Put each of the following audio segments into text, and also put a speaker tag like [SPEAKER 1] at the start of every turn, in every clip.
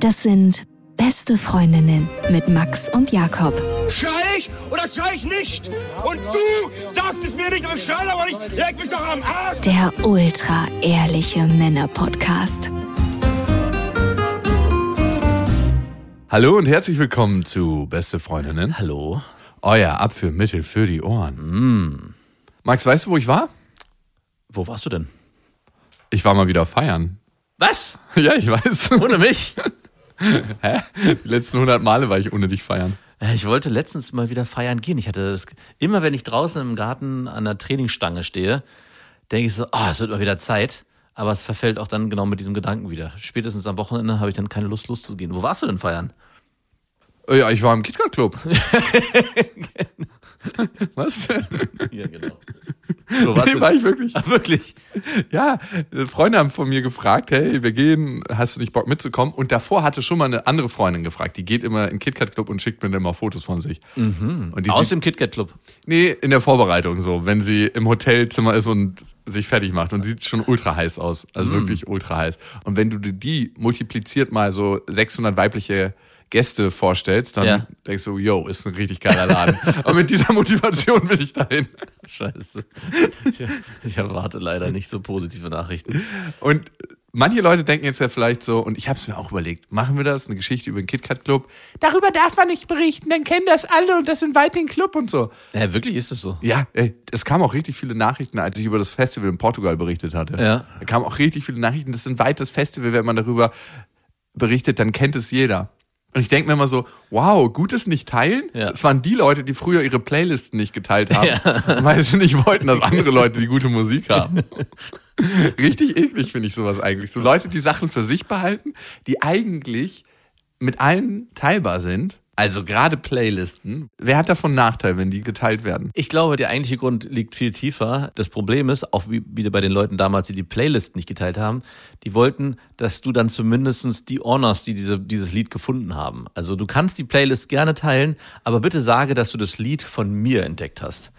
[SPEAKER 1] Das sind Beste Freundinnen mit Max und Jakob.
[SPEAKER 2] Schrei ich oder schrei ich nicht? Und du sagst es mir nicht, aber ich schrei aber nicht. Leg mich doch am Arsch.
[SPEAKER 1] Der ultra ehrliche Männer Podcast.
[SPEAKER 3] Hallo und herzlich willkommen zu Beste Freundinnen.
[SPEAKER 4] Hallo. Mm.
[SPEAKER 3] Euer Abführmittel für die Ohren. Max, weißt du, wo ich war?
[SPEAKER 4] Wo warst du denn?
[SPEAKER 3] Ich war mal wieder feiern.
[SPEAKER 4] Was?
[SPEAKER 3] Ja, ich weiß.
[SPEAKER 4] Ohne mich?
[SPEAKER 3] Hä? Die letzten 100 Male war ich ohne dich feiern.
[SPEAKER 4] Äh, Ich wollte letztens mal wieder feiern gehen. Ich hatte das immer, wenn ich draußen im Garten an der Trainingsstange stehe, denke ich so, ah, es wird mal wieder Zeit. Aber es verfällt auch dann genau mit diesem Gedanken wieder. Spätestens am Wochenende habe ich dann keine Lust, loszugehen. Wo warst du denn feiern?
[SPEAKER 3] Äh, Ja, ich war im KitKat Club.
[SPEAKER 4] Genau.
[SPEAKER 3] Was?
[SPEAKER 4] Ja, genau. Wo warst
[SPEAKER 3] Nee,
[SPEAKER 4] du?
[SPEAKER 3] war
[SPEAKER 4] denn?
[SPEAKER 3] ich wirklich.
[SPEAKER 4] Ah, wirklich?
[SPEAKER 3] Ja, äh, Freunde haben von mir gefragt, hey, wir gehen, hast du nicht Bock mitzukommen? Und davor hatte schon mal eine andere Freundin gefragt, die geht immer in den KitKat Club und schickt mir dann immer Fotos von sich. Und die
[SPEAKER 4] Aus
[SPEAKER 3] sieht,
[SPEAKER 4] dem KitKat Club.
[SPEAKER 3] nee, in der Vorbereitung so, wenn sie im Hotelzimmer ist und sich fertig macht und sieht schon ultra heiß aus, also wirklich ultra heiß. Und wenn du dir die multipliziert mal so 600 weibliche Gäste vorstellst, dann
[SPEAKER 4] Ja.
[SPEAKER 3] denkst du, yo, ist ein richtig geiler Laden. und mit dieser Motivation bin ich dahin.
[SPEAKER 4] Scheiße. Ich, ich erwarte leider nicht so positive Nachrichten.
[SPEAKER 3] Und manche Leute denken jetzt ja vielleicht so, und ich habe es mir auch überlegt, machen wir das, eine Geschichte über den KitKat Club? Darüber darf man nicht berichten, dann kennen das alle und das entweiht den Club und so.
[SPEAKER 4] Ja, Äh, wirklich ist es so.
[SPEAKER 3] Ja, ey, es kamen auch richtig viele Nachrichten, als ich über das Festival in Portugal berichtet hatte.
[SPEAKER 4] Ja.
[SPEAKER 3] Da kamen auch richtig viele Nachrichten, das ist ein weites Festival, wenn man darüber berichtet, dann kennt es jeder. Und ich denke mir immer so, wow, gutes nicht teilen?
[SPEAKER 4] Ja.
[SPEAKER 3] Das waren die Leute, die früher ihre Playlisten nicht geteilt haben, weil sie nicht wollten, dass andere Leute die gute Musik haben. Richtig eklig finde ich sowas eigentlich. So Leute, die Sachen für sich behalten, die eigentlich mit allen teilbar sind. Also gerade Playlisten. Wer hat davon Nachteil, wenn die geteilt werden?
[SPEAKER 4] Ich glaube, der eigentliche Grund liegt viel tiefer. Das Problem ist, auch wie- wieder bei den Leuten damals, die die Playlist nicht geteilt haben, die wollten, dass du dann zumindestens die honorst, die diese, dieses Lied gefunden haben. Also du kannst die Playlist gerne teilen, aber bitte sage, dass du das Lied von mir entdeckt hast.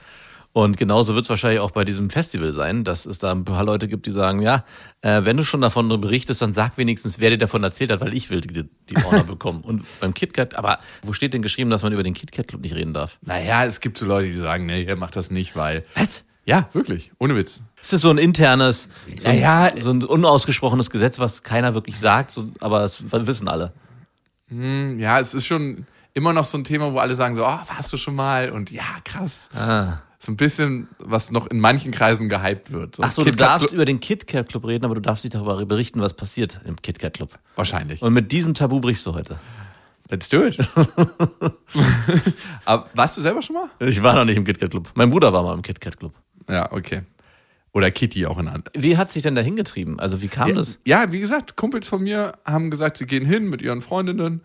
[SPEAKER 4] Und genauso wird es wahrscheinlich auch bei diesem Festival sein, dass es da ein paar Leute gibt, die sagen, ja, äh, wenn du schon davon berichtest, dann sag wenigstens, wer dir davon erzählt hat, weil ich will die, die Honor bekommen. Und beim KitKat, aber wo steht denn geschrieben, dass man über den KitKat-Club nicht reden darf?
[SPEAKER 3] Naja, es gibt so Leute, die sagen, nee, ihr macht das nicht, weil.
[SPEAKER 4] Was?
[SPEAKER 3] Ja, wirklich, ohne Witz.
[SPEAKER 4] Es ist so ein internes, so ein,
[SPEAKER 3] Naja,
[SPEAKER 4] so ein unausgesprochenes Gesetz, was keiner wirklich sagt, so, aber es wissen alle.
[SPEAKER 3] Ja, es ist schon immer noch so ein Thema, wo alle sagen so, ah, warst du schon mal? Und ja, krass. So ein bisschen, was noch in manchen Kreisen gehypt wird. So
[SPEAKER 4] Ach so, du
[SPEAKER 3] Kit Kat
[SPEAKER 4] darfst
[SPEAKER 3] Club-
[SPEAKER 4] über den KitKat Club reden, aber du darfst nicht darüber berichten, was passiert im KitKat Club.
[SPEAKER 3] Wahrscheinlich.
[SPEAKER 4] Und mit diesem Tabu brichst du heute.
[SPEAKER 3] Let's do it. Aber warst du selber schon mal?
[SPEAKER 4] Ich war noch nicht im KitKat Club. Mein Bruder war mal im KitKat Club.
[SPEAKER 3] Ja, okay. Oder Kitty auch in Hand.
[SPEAKER 4] Wie hat sich denn da hingetrieben? Also wie kam das?
[SPEAKER 3] Ja, wie gesagt, Kumpels von mir haben gesagt, sie gehen hin mit ihren Freundinnen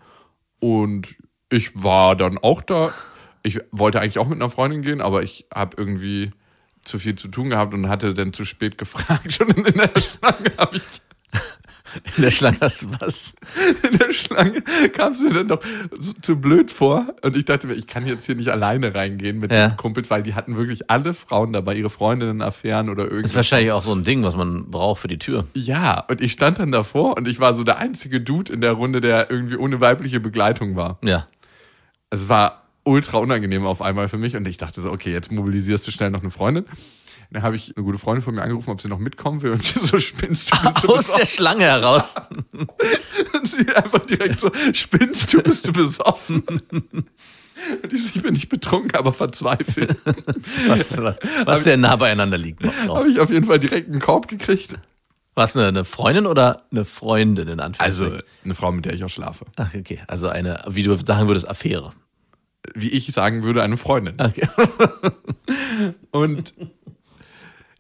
[SPEAKER 3] und ich war dann auch da. Ich wollte eigentlich auch mit einer Freundin gehen, aber ich habe irgendwie zu viel zu tun gehabt und hatte dann zu spät gefragt und in der Schlange habe ich
[SPEAKER 4] In der Schlange hast du was?
[SPEAKER 3] in der Schlange kam es mir dann doch so, zu blöd vor. Und ich dachte mir, ich kann jetzt hier nicht alleine reingehen mit
[SPEAKER 4] Ja.
[SPEAKER 3] den Kumpels, weil die hatten wirklich alle Frauen dabei, ihre Freundinnen, Affären oder
[SPEAKER 4] Das ist
[SPEAKER 3] irgendwas.
[SPEAKER 4] wahrscheinlich auch so ein Ding, was man braucht für die Tür.
[SPEAKER 3] Ja, und ich stand dann davor und ich war so der einzige Dude in der Runde, der irgendwie ohne weibliche Begleitung war.
[SPEAKER 4] Ja.
[SPEAKER 3] Es war ultra unangenehm auf einmal für mich und ich dachte so, okay, jetzt mobilisierst du schnell noch eine Freundin. Dann habe ich eine gute Freundin von mir angerufen, ob sie noch mitkommen will und sie so spinnst du. bist du
[SPEAKER 4] Aus der Schlange heraus.
[SPEAKER 3] Und sie einfach direkt so, spinnst du, bist du besoffen? Und ich so, ich bin nicht betrunken, aber verzweifelt.
[SPEAKER 4] Was, was, was sehr nah beieinander liegt. Drauf.
[SPEAKER 3] Habe ich auf jeden Fall direkt einen Korb gekriegt.
[SPEAKER 4] Was, eine, eine Freundin oder eine Freundin in Anführungszeichen?
[SPEAKER 3] Also eine Frau, mit der ich auch schlafe.
[SPEAKER 4] Ach, okay. Also eine, wie du sagen würdest, Affäre.
[SPEAKER 3] Wie ich sagen würde, eine Freundin.
[SPEAKER 4] Okay.
[SPEAKER 3] Und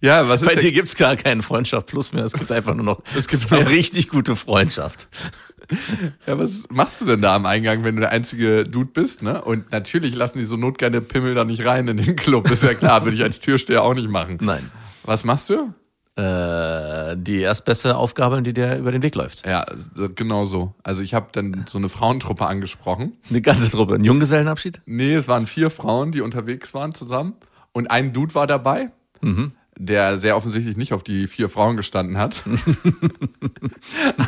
[SPEAKER 3] ja, was
[SPEAKER 4] Bei
[SPEAKER 3] ist
[SPEAKER 4] dir gibt's gar keinen Freundschaft plus mehr. Es gibt einfach nur noch
[SPEAKER 3] Es gibt
[SPEAKER 4] eine
[SPEAKER 3] noch-
[SPEAKER 4] richtig gute Freundschaft.
[SPEAKER 3] Ja, was machst du denn da am Eingang, wenn du der einzige Dude bist, ne? Und natürlich lassen die so notgeile Pimmel da nicht rein in den Club, ist ja klar, würde ich als Türsteher auch nicht machen.
[SPEAKER 4] Nein.
[SPEAKER 3] Was machst du?
[SPEAKER 4] Äh, die erstbeste Aufgabe, die dir über den Weg läuft.
[SPEAKER 3] Ja, so- genau so. Also ich habe dann so eine Frauentruppe angesprochen.
[SPEAKER 4] Eine ganze Truppe. Ein Junggesellenabschied?
[SPEAKER 3] Nee, es waren vier Frauen, die unterwegs waren zusammen und ein Dude war dabei. der sehr offensichtlich nicht auf die vier Frauen gestanden hat,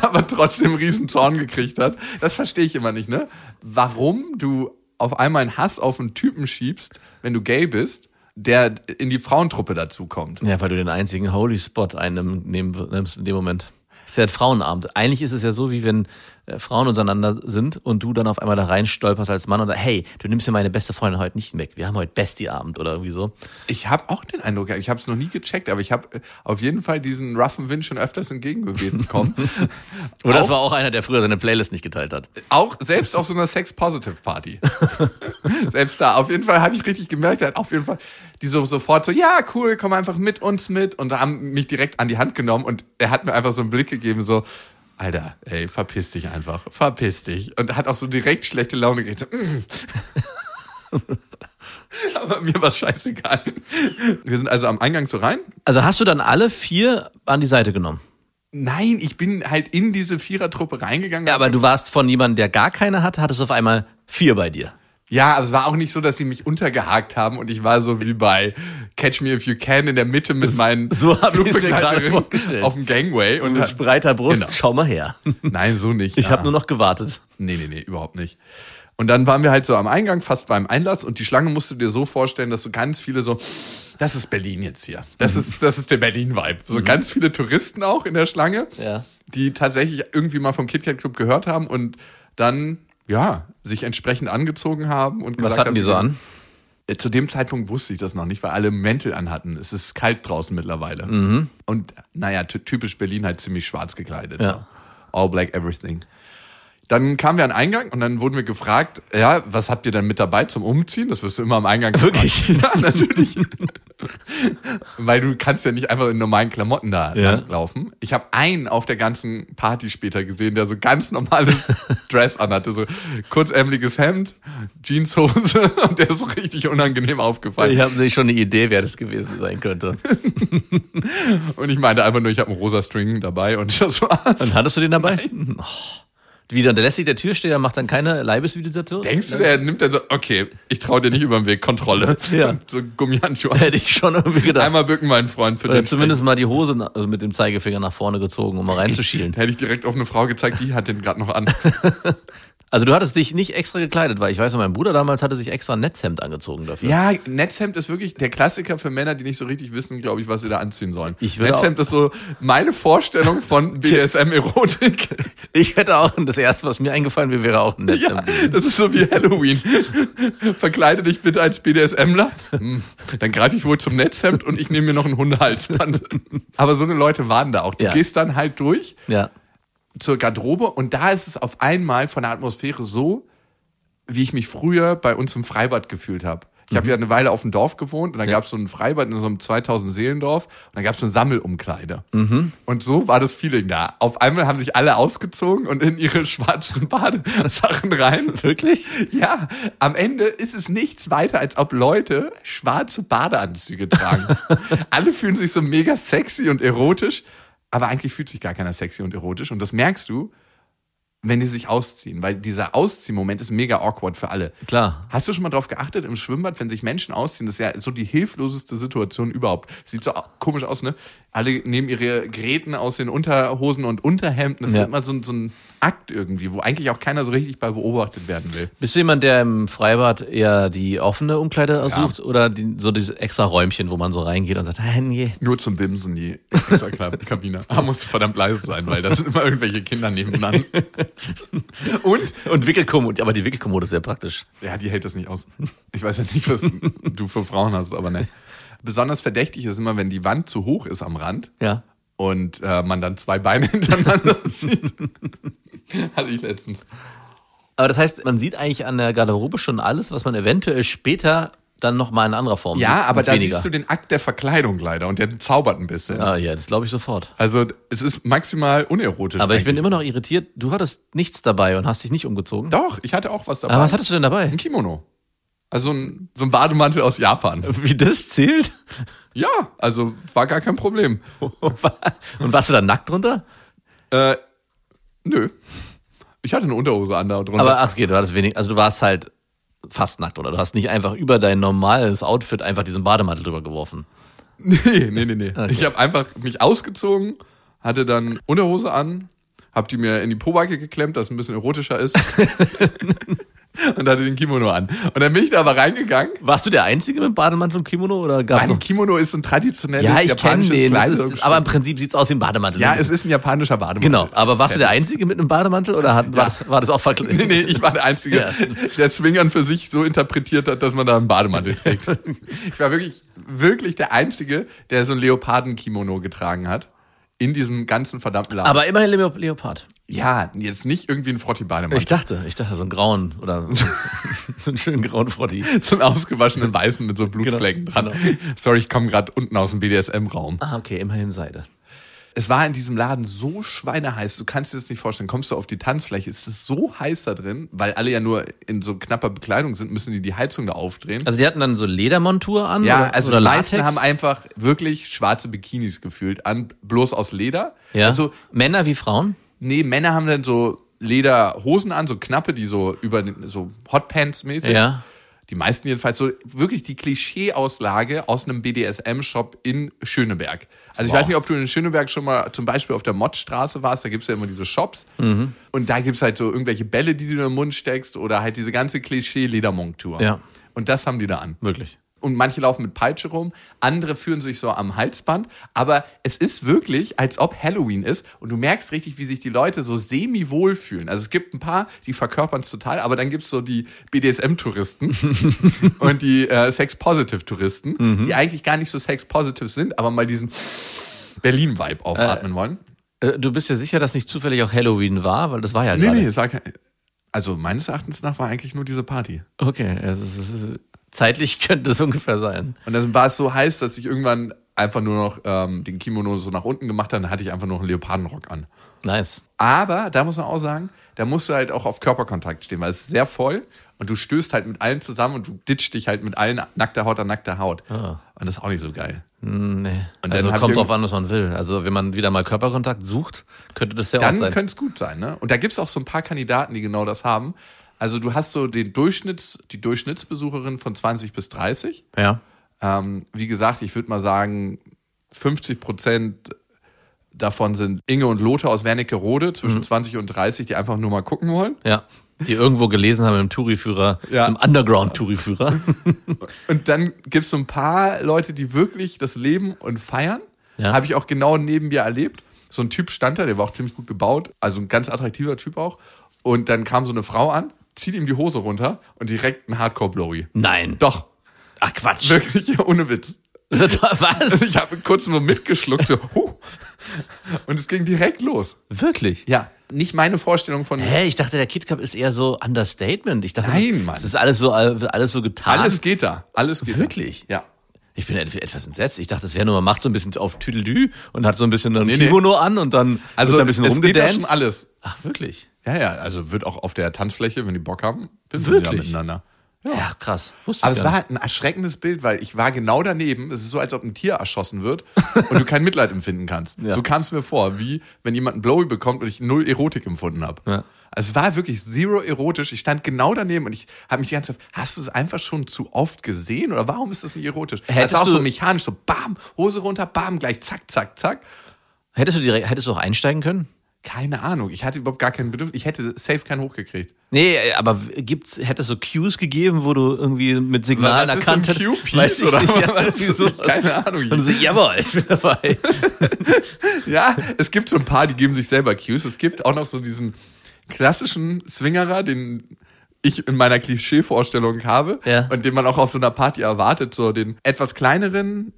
[SPEAKER 3] aber trotzdem riesen Zorn gekriegt hat. Das verstehe ich immer nicht, ne? Warum du auf einmal einen Hass auf einen Typen schiebst, wenn du gay bist, der in die Frauentruppe dazukommt.
[SPEAKER 4] Ja, weil du den einzigen Holy Spot einnimmst in dem Moment. Ist ja ein Frauenabend. Eigentlich ist es ja so, wie wenn äh, Frauen untereinander sind und du dann auf einmal da reinstolperst als Mann und da, hey, du nimmst mir meine beste Freundin heute nicht weg. Wir haben heute Bestie-Abend oder irgendwie so.
[SPEAKER 3] Ich habe auch den Eindruck, ich habe es noch nie gecheckt, aber ich habe äh, auf jeden Fall diesen roughen Wind schon öfters entgegengeweht bekommen.
[SPEAKER 4] Oder das
[SPEAKER 3] Auch-
[SPEAKER 4] war auch einer, der früher seine Playlist nicht geteilt hat.
[SPEAKER 3] Auch selbst auf so einer Sex-Positive-Party. selbst da. Auf jeden Fall habe ich richtig gemerkt, er hat auf jeden Fall die so sofort so, ja, cool, komm einfach mit uns mit. Und haben mich direkt an die Hand genommen und er hat mir einfach so einen Blick gegeben, so, Alter, ey, verpiss dich einfach, verpiss dich. Und hat auch so direkt schlechte Laune gekriegt. So, mm. Aber mir war scheißegal. Wir sind also am Eingang zu rein.
[SPEAKER 4] Also hast du dann alle vier an die Seite genommen.
[SPEAKER 3] Nein, ich bin halt in diese Vierertruppe reingegangen.
[SPEAKER 4] Ja, aber du warst von jemandem, der gar keine hatte, hattest auf einmal vier bei dir.
[SPEAKER 3] Ja, aber es war auch nicht so, dass sie mich untergehakt haben und ich war so wie bei Catch Me If You Can in der Mitte mit meinen
[SPEAKER 4] so hab ich's mir
[SPEAKER 3] Flugbegleiterinnen
[SPEAKER 4] gerade vorgestellt.
[SPEAKER 3] auf dem Gangway und
[SPEAKER 4] Mit breiter Brust,
[SPEAKER 3] Genau.
[SPEAKER 4] Halt. schau mal her.
[SPEAKER 3] Nein, so nicht.
[SPEAKER 4] Ich
[SPEAKER 3] ja.
[SPEAKER 4] habe nur noch gewartet.
[SPEAKER 3] Nee, nee, nee, überhaupt nicht. Und dann waren wir halt so am Eingang, fast beim Einlass und die Schlange musst du dir so vorstellen, dass so ganz viele so, das ist Berlin jetzt hier.
[SPEAKER 4] Mhm.
[SPEAKER 3] Das ist, das ist der Berlin-Vibe. So ganz viele Touristen auch in der Schlange,
[SPEAKER 4] Ja.
[SPEAKER 3] die tatsächlich irgendwie mal vom KitKat Club gehört haben und dann, ja, sich entsprechend angezogen haben und
[SPEAKER 4] Was
[SPEAKER 3] gesagt
[SPEAKER 4] hatten die
[SPEAKER 3] haben,
[SPEAKER 4] so an?
[SPEAKER 3] Äh, Zu dem Zeitpunkt wusste ich das noch nicht, weil alle Mäntel anhatten. Es ist kalt draußen mittlerweile.
[SPEAKER 4] Mhm.
[SPEAKER 3] Und naja, ty- typisch Berlin halt ziemlich schwarz gekleidet.
[SPEAKER 4] Ja.
[SPEAKER 3] So. All black everything. Dann kamen wir an den Eingang und dann wurden wir gefragt, ja, was habt ihr denn mit dabei zum Umziehen? Das wirst du immer am Eingang gefragt.
[SPEAKER 4] Wirklich?
[SPEAKER 3] Ja, natürlich. Weil du kannst ja nicht einfach in normalen Klamotten da
[SPEAKER 4] Ja.
[SPEAKER 3] langlaufen. Ich habe einen auf der ganzen Party später gesehen, der so ganz normales Dress anhatte. So kurzärmeliges Hemd, Jeanshose und der ist so richtig unangenehm aufgefallen.
[SPEAKER 4] Ich habe nämlich schon eine Idee, wer das gewesen sein könnte.
[SPEAKER 3] Und ich meinte einfach nur, ich habe einen rosa String dabei und das war's.
[SPEAKER 4] Und hattest du den dabei? Oh. Wie dann, der lässt sich der Türsteher, macht dann keine Leibesvisitation?
[SPEAKER 3] Denkst du, der nimmt dann so, okay, ich traue dir nicht über den Weg, Kontrolle.
[SPEAKER 4] Ja.
[SPEAKER 3] Und so Gummihandschuhe.
[SPEAKER 4] Hätte ich schon irgendwie gedacht.
[SPEAKER 3] Einmal bücken, mein Freund, für
[SPEAKER 4] Oder
[SPEAKER 3] den
[SPEAKER 4] zumindest mal die Hose na- also mit dem Zeigefinger nach vorne gezogen, um mal
[SPEAKER 3] Steck.
[SPEAKER 4] reinzuschielen.
[SPEAKER 3] Hätte ich direkt auf eine Frau gezeigt, die hat den gerade noch an.
[SPEAKER 4] Also du hattest dich nicht extra gekleidet, weil ich weiß noch, mein Bruder damals hatte sich extra ein Netzhemd angezogen dafür.
[SPEAKER 3] Ja, Netzhemd ist wirklich der Klassiker für Männer, die nicht so richtig wissen, glaube ich, was sie da anziehen sollen.
[SPEAKER 4] Ich würde
[SPEAKER 3] Netzhemd ist so meine Vorstellung von BDSM-Erotik.
[SPEAKER 4] Ich hätte auch, das erste, was mir eingefallen wäre, wäre auch ein
[SPEAKER 3] ja,
[SPEAKER 4] Netzhemd.
[SPEAKER 3] das ist so wie Halloween. Verkleide dich bitte als BDSMler. Hm, Dann greife ich wohl zum Netzhemd und ich nehme mir noch ein Hundehalsband. Aber so eine Leute waren da auch. Du
[SPEAKER 4] Ja.
[SPEAKER 3] gehst dann halt durch
[SPEAKER 4] Ja.
[SPEAKER 3] zur Garderobe und da ist es auf einmal von der Atmosphäre so, wie ich mich früher bei uns im Freibad gefühlt habe. Ich habe ja eine Weile auf dem Dorf gewohnt und dann gab es so ein Freibad in so einem 2000 Seelendorf und dann gab es eine Sammelumkleide. Und so war das Feeling da. Auf einmal haben sich alle ausgezogen und in ihre schwarzen Badesachen rein.
[SPEAKER 4] Wirklich?
[SPEAKER 3] Ja, am Ende ist es nichts weiter, als ob Leute schwarze Badeanzüge tragen. Alle fühlen sich so mega sexy und erotisch, aber eigentlich fühlt sich gar keiner sexy und erotisch. Und das merkst du, wenn die sich ausziehen, weil dieser Ausziehmoment ist mega awkward für alle.
[SPEAKER 4] Klar.
[SPEAKER 3] Hast du schon mal drauf geachtet, im Schwimmbad, wenn sich Menschen ausziehen, das ist ja so die hilfloseste Situation überhaupt. Sieht so au- komisch aus, ne? Alle nehmen ihre Gräten aus den Unterhosen und Unterhemden. Das
[SPEAKER 4] Ja.
[SPEAKER 3] ist immer so, ein- so ein Akt irgendwie, wo eigentlich auch keiner so richtig bei beobachtet werden will.
[SPEAKER 4] Bist du jemand, der im Freibad eher die offene Umkleide aussucht oder die, so dieses extra Räumchen, wo man so reingeht und sagt, hey, nee.
[SPEAKER 3] Nur zum Bimsen die extra Kla- Kabine. Ah, musst du verdammt leise sein, weil da sind immer irgendwelche Kinder nebenan. Und?
[SPEAKER 4] Und Wickelkommode, aber die Wickelkommode ist sehr praktisch.
[SPEAKER 3] Ja, die hält das nicht aus. Ich weiß ja nicht, was du für Frauen hast, aber ne. Besonders verdächtig ist immer, wenn die Wand zu hoch ist am Rand
[SPEAKER 4] Ja.
[SPEAKER 3] und äh, man dann zwei Beine hintereinander sieht. Hatte ich letztens.
[SPEAKER 4] Aber das heißt, man sieht eigentlich an der Garderobe schon alles, was man eventuell später dann nochmal in anderer Form sieht.
[SPEAKER 3] Ja, aber
[SPEAKER 4] und
[SPEAKER 3] da
[SPEAKER 4] weniger.
[SPEAKER 3] siehst du den Akt der Verkleidung leider und der zaubert ein bisschen.
[SPEAKER 4] Ah, ja, das glaube ich sofort.
[SPEAKER 3] Also es ist maximal unerotisch.
[SPEAKER 4] Aber ich bin
[SPEAKER 3] eigentlich.
[SPEAKER 4] immer noch irritiert. Du hattest nichts dabei und hast dich nicht umgezogen.
[SPEAKER 3] Doch, ich hatte auch was dabei.
[SPEAKER 4] Aber was hattest du denn dabei?
[SPEAKER 3] Ein Kimono. Also ein, so ein Bademantel aus Japan.
[SPEAKER 4] Wie das zählt?
[SPEAKER 3] Ja, also war gar kein Problem.
[SPEAKER 4] Und warst du da nackt drunter?
[SPEAKER 3] Äh, nö. Ich hatte eine Unterhose an da drunter.
[SPEAKER 4] Aber ach, okay, du hattest wenig. Also du warst halt fast nackt, oder? Du hast nicht einfach über dein normales Outfit einfach diesen Bademantel drüber geworfen.
[SPEAKER 3] Nee, nee, nee, nee. Ich habe einfach mich ausgezogen, hatte dann Unterhose an, habe die mir in die Pobacke geklemmt, dass es ein bisschen erotischer ist. und hatte den Kimono an. Und dann bin ich da aber reingegangen.
[SPEAKER 4] Warst du der Einzige mit Bademantel und Kimono oder gab's
[SPEAKER 3] Mein
[SPEAKER 4] noch?
[SPEAKER 3] Kimono ist so ein traditionelles
[SPEAKER 4] Ja, ich kenne
[SPEAKER 3] japanisches
[SPEAKER 4] den. Das
[SPEAKER 3] Kleidungsstück.
[SPEAKER 4] Ist, aber im Prinzip sieht's aus wie ein Bademantel.
[SPEAKER 3] ja,
[SPEAKER 4] Das
[SPEAKER 3] es ist ein japanischer Bademantel.
[SPEAKER 4] Genau, aber warst du der Einzige mit einem Bademantel oder hat, war, das, war das auch verkleidet?
[SPEAKER 3] Nee, nee, ich war der Einzige,
[SPEAKER 4] Ja.
[SPEAKER 3] der Swingern für sich so interpretiert hat, dass man da einen Bademantel trägt. Ich war wirklich, wirklich der Einzige, der so ein Leopardenkimono getragen hat. In diesem ganzen verdammten Laden.
[SPEAKER 4] Aber immerhin Leo- Leopard.
[SPEAKER 3] ja, jetzt nicht irgendwie ein Frotti-Bademantel.
[SPEAKER 4] Ich dachte, ich dachte, so einen grauen oder so einen schönen grauen Frotti.
[SPEAKER 3] So einen ausgewaschenen Weißen mit so Blutflecken
[SPEAKER 4] Genau,
[SPEAKER 3] dran. Sorry, ich komme gerade unten aus dem BDSM-Raum.
[SPEAKER 4] Ah, okay, immerhin Seide.
[SPEAKER 3] Es war in diesem Laden so schweineheiß, du kannst dir das nicht vorstellen. Kommst du auf die Tanzfläche, ist es so heiß da drin, weil alle ja nur in so knapper Bekleidung sind, müssen die die Heizung da aufdrehen.
[SPEAKER 4] Also die hatten dann so Ledermontur an
[SPEAKER 3] ja,
[SPEAKER 4] oder,
[SPEAKER 3] also
[SPEAKER 4] oder
[SPEAKER 3] die
[SPEAKER 4] Latex.
[SPEAKER 3] meisten haben einfach wirklich schwarze Bikinis gefühlt an, bloß aus Leder.
[SPEAKER 4] ja.
[SPEAKER 3] Also,
[SPEAKER 4] Männer wie Frauen?
[SPEAKER 3] nee, Männer haben dann so Lederhosen an, so knappe, die so über den, so Hotpants mäßig.
[SPEAKER 4] Ja.
[SPEAKER 3] Die meisten jedenfalls so wirklich die Klischee-Auslage aus einem BDSM-Shop in Schöneberg. Also ich
[SPEAKER 4] Wow.
[SPEAKER 3] weiß nicht, ob du in Schöneberg schon mal zum Beispiel auf der Mottstraße warst, da gibt's ja immer diese Shops.
[SPEAKER 4] Mhm.
[SPEAKER 3] Und da gibt's halt so irgendwelche Bälle, die du in den Mund steckst oder halt diese ganze Klischee-Ledermontur.
[SPEAKER 4] Ja.
[SPEAKER 3] Und das haben die da an.
[SPEAKER 4] Wirklich.
[SPEAKER 3] Und manche laufen mit Peitsche rum, andere führen sich so am Halsband. Aber es ist wirklich, als ob Halloween ist. Und du merkst richtig, wie sich die Leute so semi-wohl fühlen. Also es gibt ein paar, die verkörpern es total, aber dann gibt es so die BDSM-Touristen und die äh, Sex-Positive-Touristen, die eigentlich gar nicht so Sex-Positive sind, aber mal diesen Berlin-Vibe aufatmen wollen.
[SPEAKER 4] Äh, Du bist ja sicher, dass nicht zufällig auch Halloween war, weil das war ja
[SPEAKER 3] Nee,
[SPEAKER 4] gerade.
[SPEAKER 3] nee, es war kein, also meines Erachtens nach war eigentlich nur diese Party.
[SPEAKER 4] Okay, es ist, es ist, zeitlich könnte es ungefähr sein.
[SPEAKER 3] Und dann war es so heiß, dass ich irgendwann einfach nur noch ähm, den Kimono so nach unten gemacht habe, dann hatte ich einfach nur einen Leopardenrock an.
[SPEAKER 4] Nice.
[SPEAKER 3] Aber da muss man auch sagen, da musst du halt auch auf Körperkontakt stehen, weil es ist sehr voll und du stößt halt mit allen zusammen und du ditcht dich halt mit allen nackter Haut an nackter Haut. Und das ist auch nicht so geil.
[SPEAKER 4] Nee.
[SPEAKER 3] Und
[SPEAKER 4] also
[SPEAKER 3] dann hab
[SPEAKER 4] kommt
[SPEAKER 3] ich
[SPEAKER 4] drauf an, was man will. Also wenn man wieder mal Körperkontakt sucht, könnte das ja auch
[SPEAKER 3] Dann
[SPEAKER 4] sein.
[SPEAKER 3] könnte es gut sein, ne? Und da gibt es auch so ein paar Kandidaten, die genau das haben. Also du hast so den Durchschnitts, die Durchschnittsbesucherin von 20 bis 30.
[SPEAKER 4] Ja.
[SPEAKER 3] Ähm, wie gesagt, ich würde mal sagen, 50 Prozent davon sind Inge und Lothar aus Wernigerode zwischen 20 und 30, die einfach nur mal gucken wollen.
[SPEAKER 4] Ja. Die irgendwo gelesen haben im Touriführer,
[SPEAKER 3] Ja.
[SPEAKER 4] im Underground-Touriführer.
[SPEAKER 3] Und dann gibt es so ein paar Leute, die wirklich das Leben und feiern.
[SPEAKER 4] Ja.
[SPEAKER 3] Habe ich auch genau neben mir erlebt. So ein Typ stand da, der war auch ziemlich gut gebaut, also ein ganz attraktiver Typ auch. Und dann kam so eine Frau an, zieht ihm die Hose runter und direkt ein Hardcore-Blowy.
[SPEAKER 4] Nein.
[SPEAKER 3] Doch,
[SPEAKER 4] Ach Quatsch.
[SPEAKER 3] wirklich, ohne Witz. Ich
[SPEAKER 4] Was?
[SPEAKER 3] habe kurz nur mitgeschluckt. So, huh. Und es ging direkt los.
[SPEAKER 4] Wirklich?
[SPEAKER 3] Ja, nicht meine Vorstellung von.
[SPEAKER 4] Hä, ich dachte, der Kid Cup ist eher so Understatement. Ich dachte,
[SPEAKER 3] Nein,
[SPEAKER 4] das,
[SPEAKER 3] Mann.
[SPEAKER 4] das ist alles so, äh, alles so getan.
[SPEAKER 3] Alles geht da. Alles geht
[SPEAKER 4] Wirklich?
[SPEAKER 3] da. Ja.
[SPEAKER 4] Ich bin et- etwas entsetzt. Ich dachte, das wäre nur, man macht so ein bisschen auf Tüdelü und hat so ein bisschen ein
[SPEAKER 3] Nee, nee.
[SPEAKER 4] Kimono an und dann
[SPEAKER 3] Also,
[SPEAKER 4] wird da
[SPEAKER 3] es
[SPEAKER 4] ein bisschen
[SPEAKER 3] geht da schon
[SPEAKER 4] rumgedanced.
[SPEAKER 3] alles.
[SPEAKER 4] Ach, wirklich?
[SPEAKER 3] Ja, ja. Also, wird auch auf der Tanzfläche, wenn die Bock haben, pimpeln die da
[SPEAKER 4] Wirklich?
[SPEAKER 3] miteinander.
[SPEAKER 4] Ja. Ach, krass. Wusste
[SPEAKER 3] Aber
[SPEAKER 4] ich
[SPEAKER 3] es
[SPEAKER 4] gar
[SPEAKER 3] war
[SPEAKER 4] nicht.
[SPEAKER 3] halt ein erschreckendes Bild, weil ich war genau daneben. Es ist so, als ob ein Tier erschossen wird und du kein Mitleid empfinden kannst.
[SPEAKER 4] Ja.
[SPEAKER 3] So kam es mir vor, wie wenn jemand einen Blowy bekommt und ich null Erotik empfunden habe.
[SPEAKER 4] Ja.
[SPEAKER 3] Also es war wirklich zero erotisch. Ich stand genau daneben und ich habe mich die ganze Zeit, hast du es einfach schon zu oft gesehen oder warum ist das nicht erotisch? das
[SPEAKER 4] Hättest
[SPEAKER 3] war auch
[SPEAKER 4] du-
[SPEAKER 3] so mechanisch, so bam, Hose runter, bam, gleich zack, zack, zack.
[SPEAKER 4] Hättest du direkt, hättest du auch einsteigen können?
[SPEAKER 3] Keine Ahnung, ich hatte überhaupt gar kein Bedürfnis. Ich hätte safe keinen hochgekriegt.
[SPEAKER 4] Nee, äh, aber gibt's, hätte es so Cues gegeben, wo du irgendwie mit Signalen
[SPEAKER 3] Was ist so ein
[SPEAKER 4] erkannt
[SPEAKER 3] Cue-Piece
[SPEAKER 4] Weiß ich
[SPEAKER 3] oder
[SPEAKER 4] nicht, ja,
[SPEAKER 3] was?
[SPEAKER 4] irgendwie so.
[SPEAKER 3] Keine Ahnung.
[SPEAKER 4] Und so, jawohl, ich bin dabei.
[SPEAKER 3] Ja, es gibt so ein paar, die geben sich selber Cues. Es gibt auch noch so diesen klassischen Swingerer, den ich in meiner Klischee-Vorstellung habe
[SPEAKER 4] Ja.
[SPEAKER 3] und den man auch auf so einer Party erwartet, so den etwas kleineren,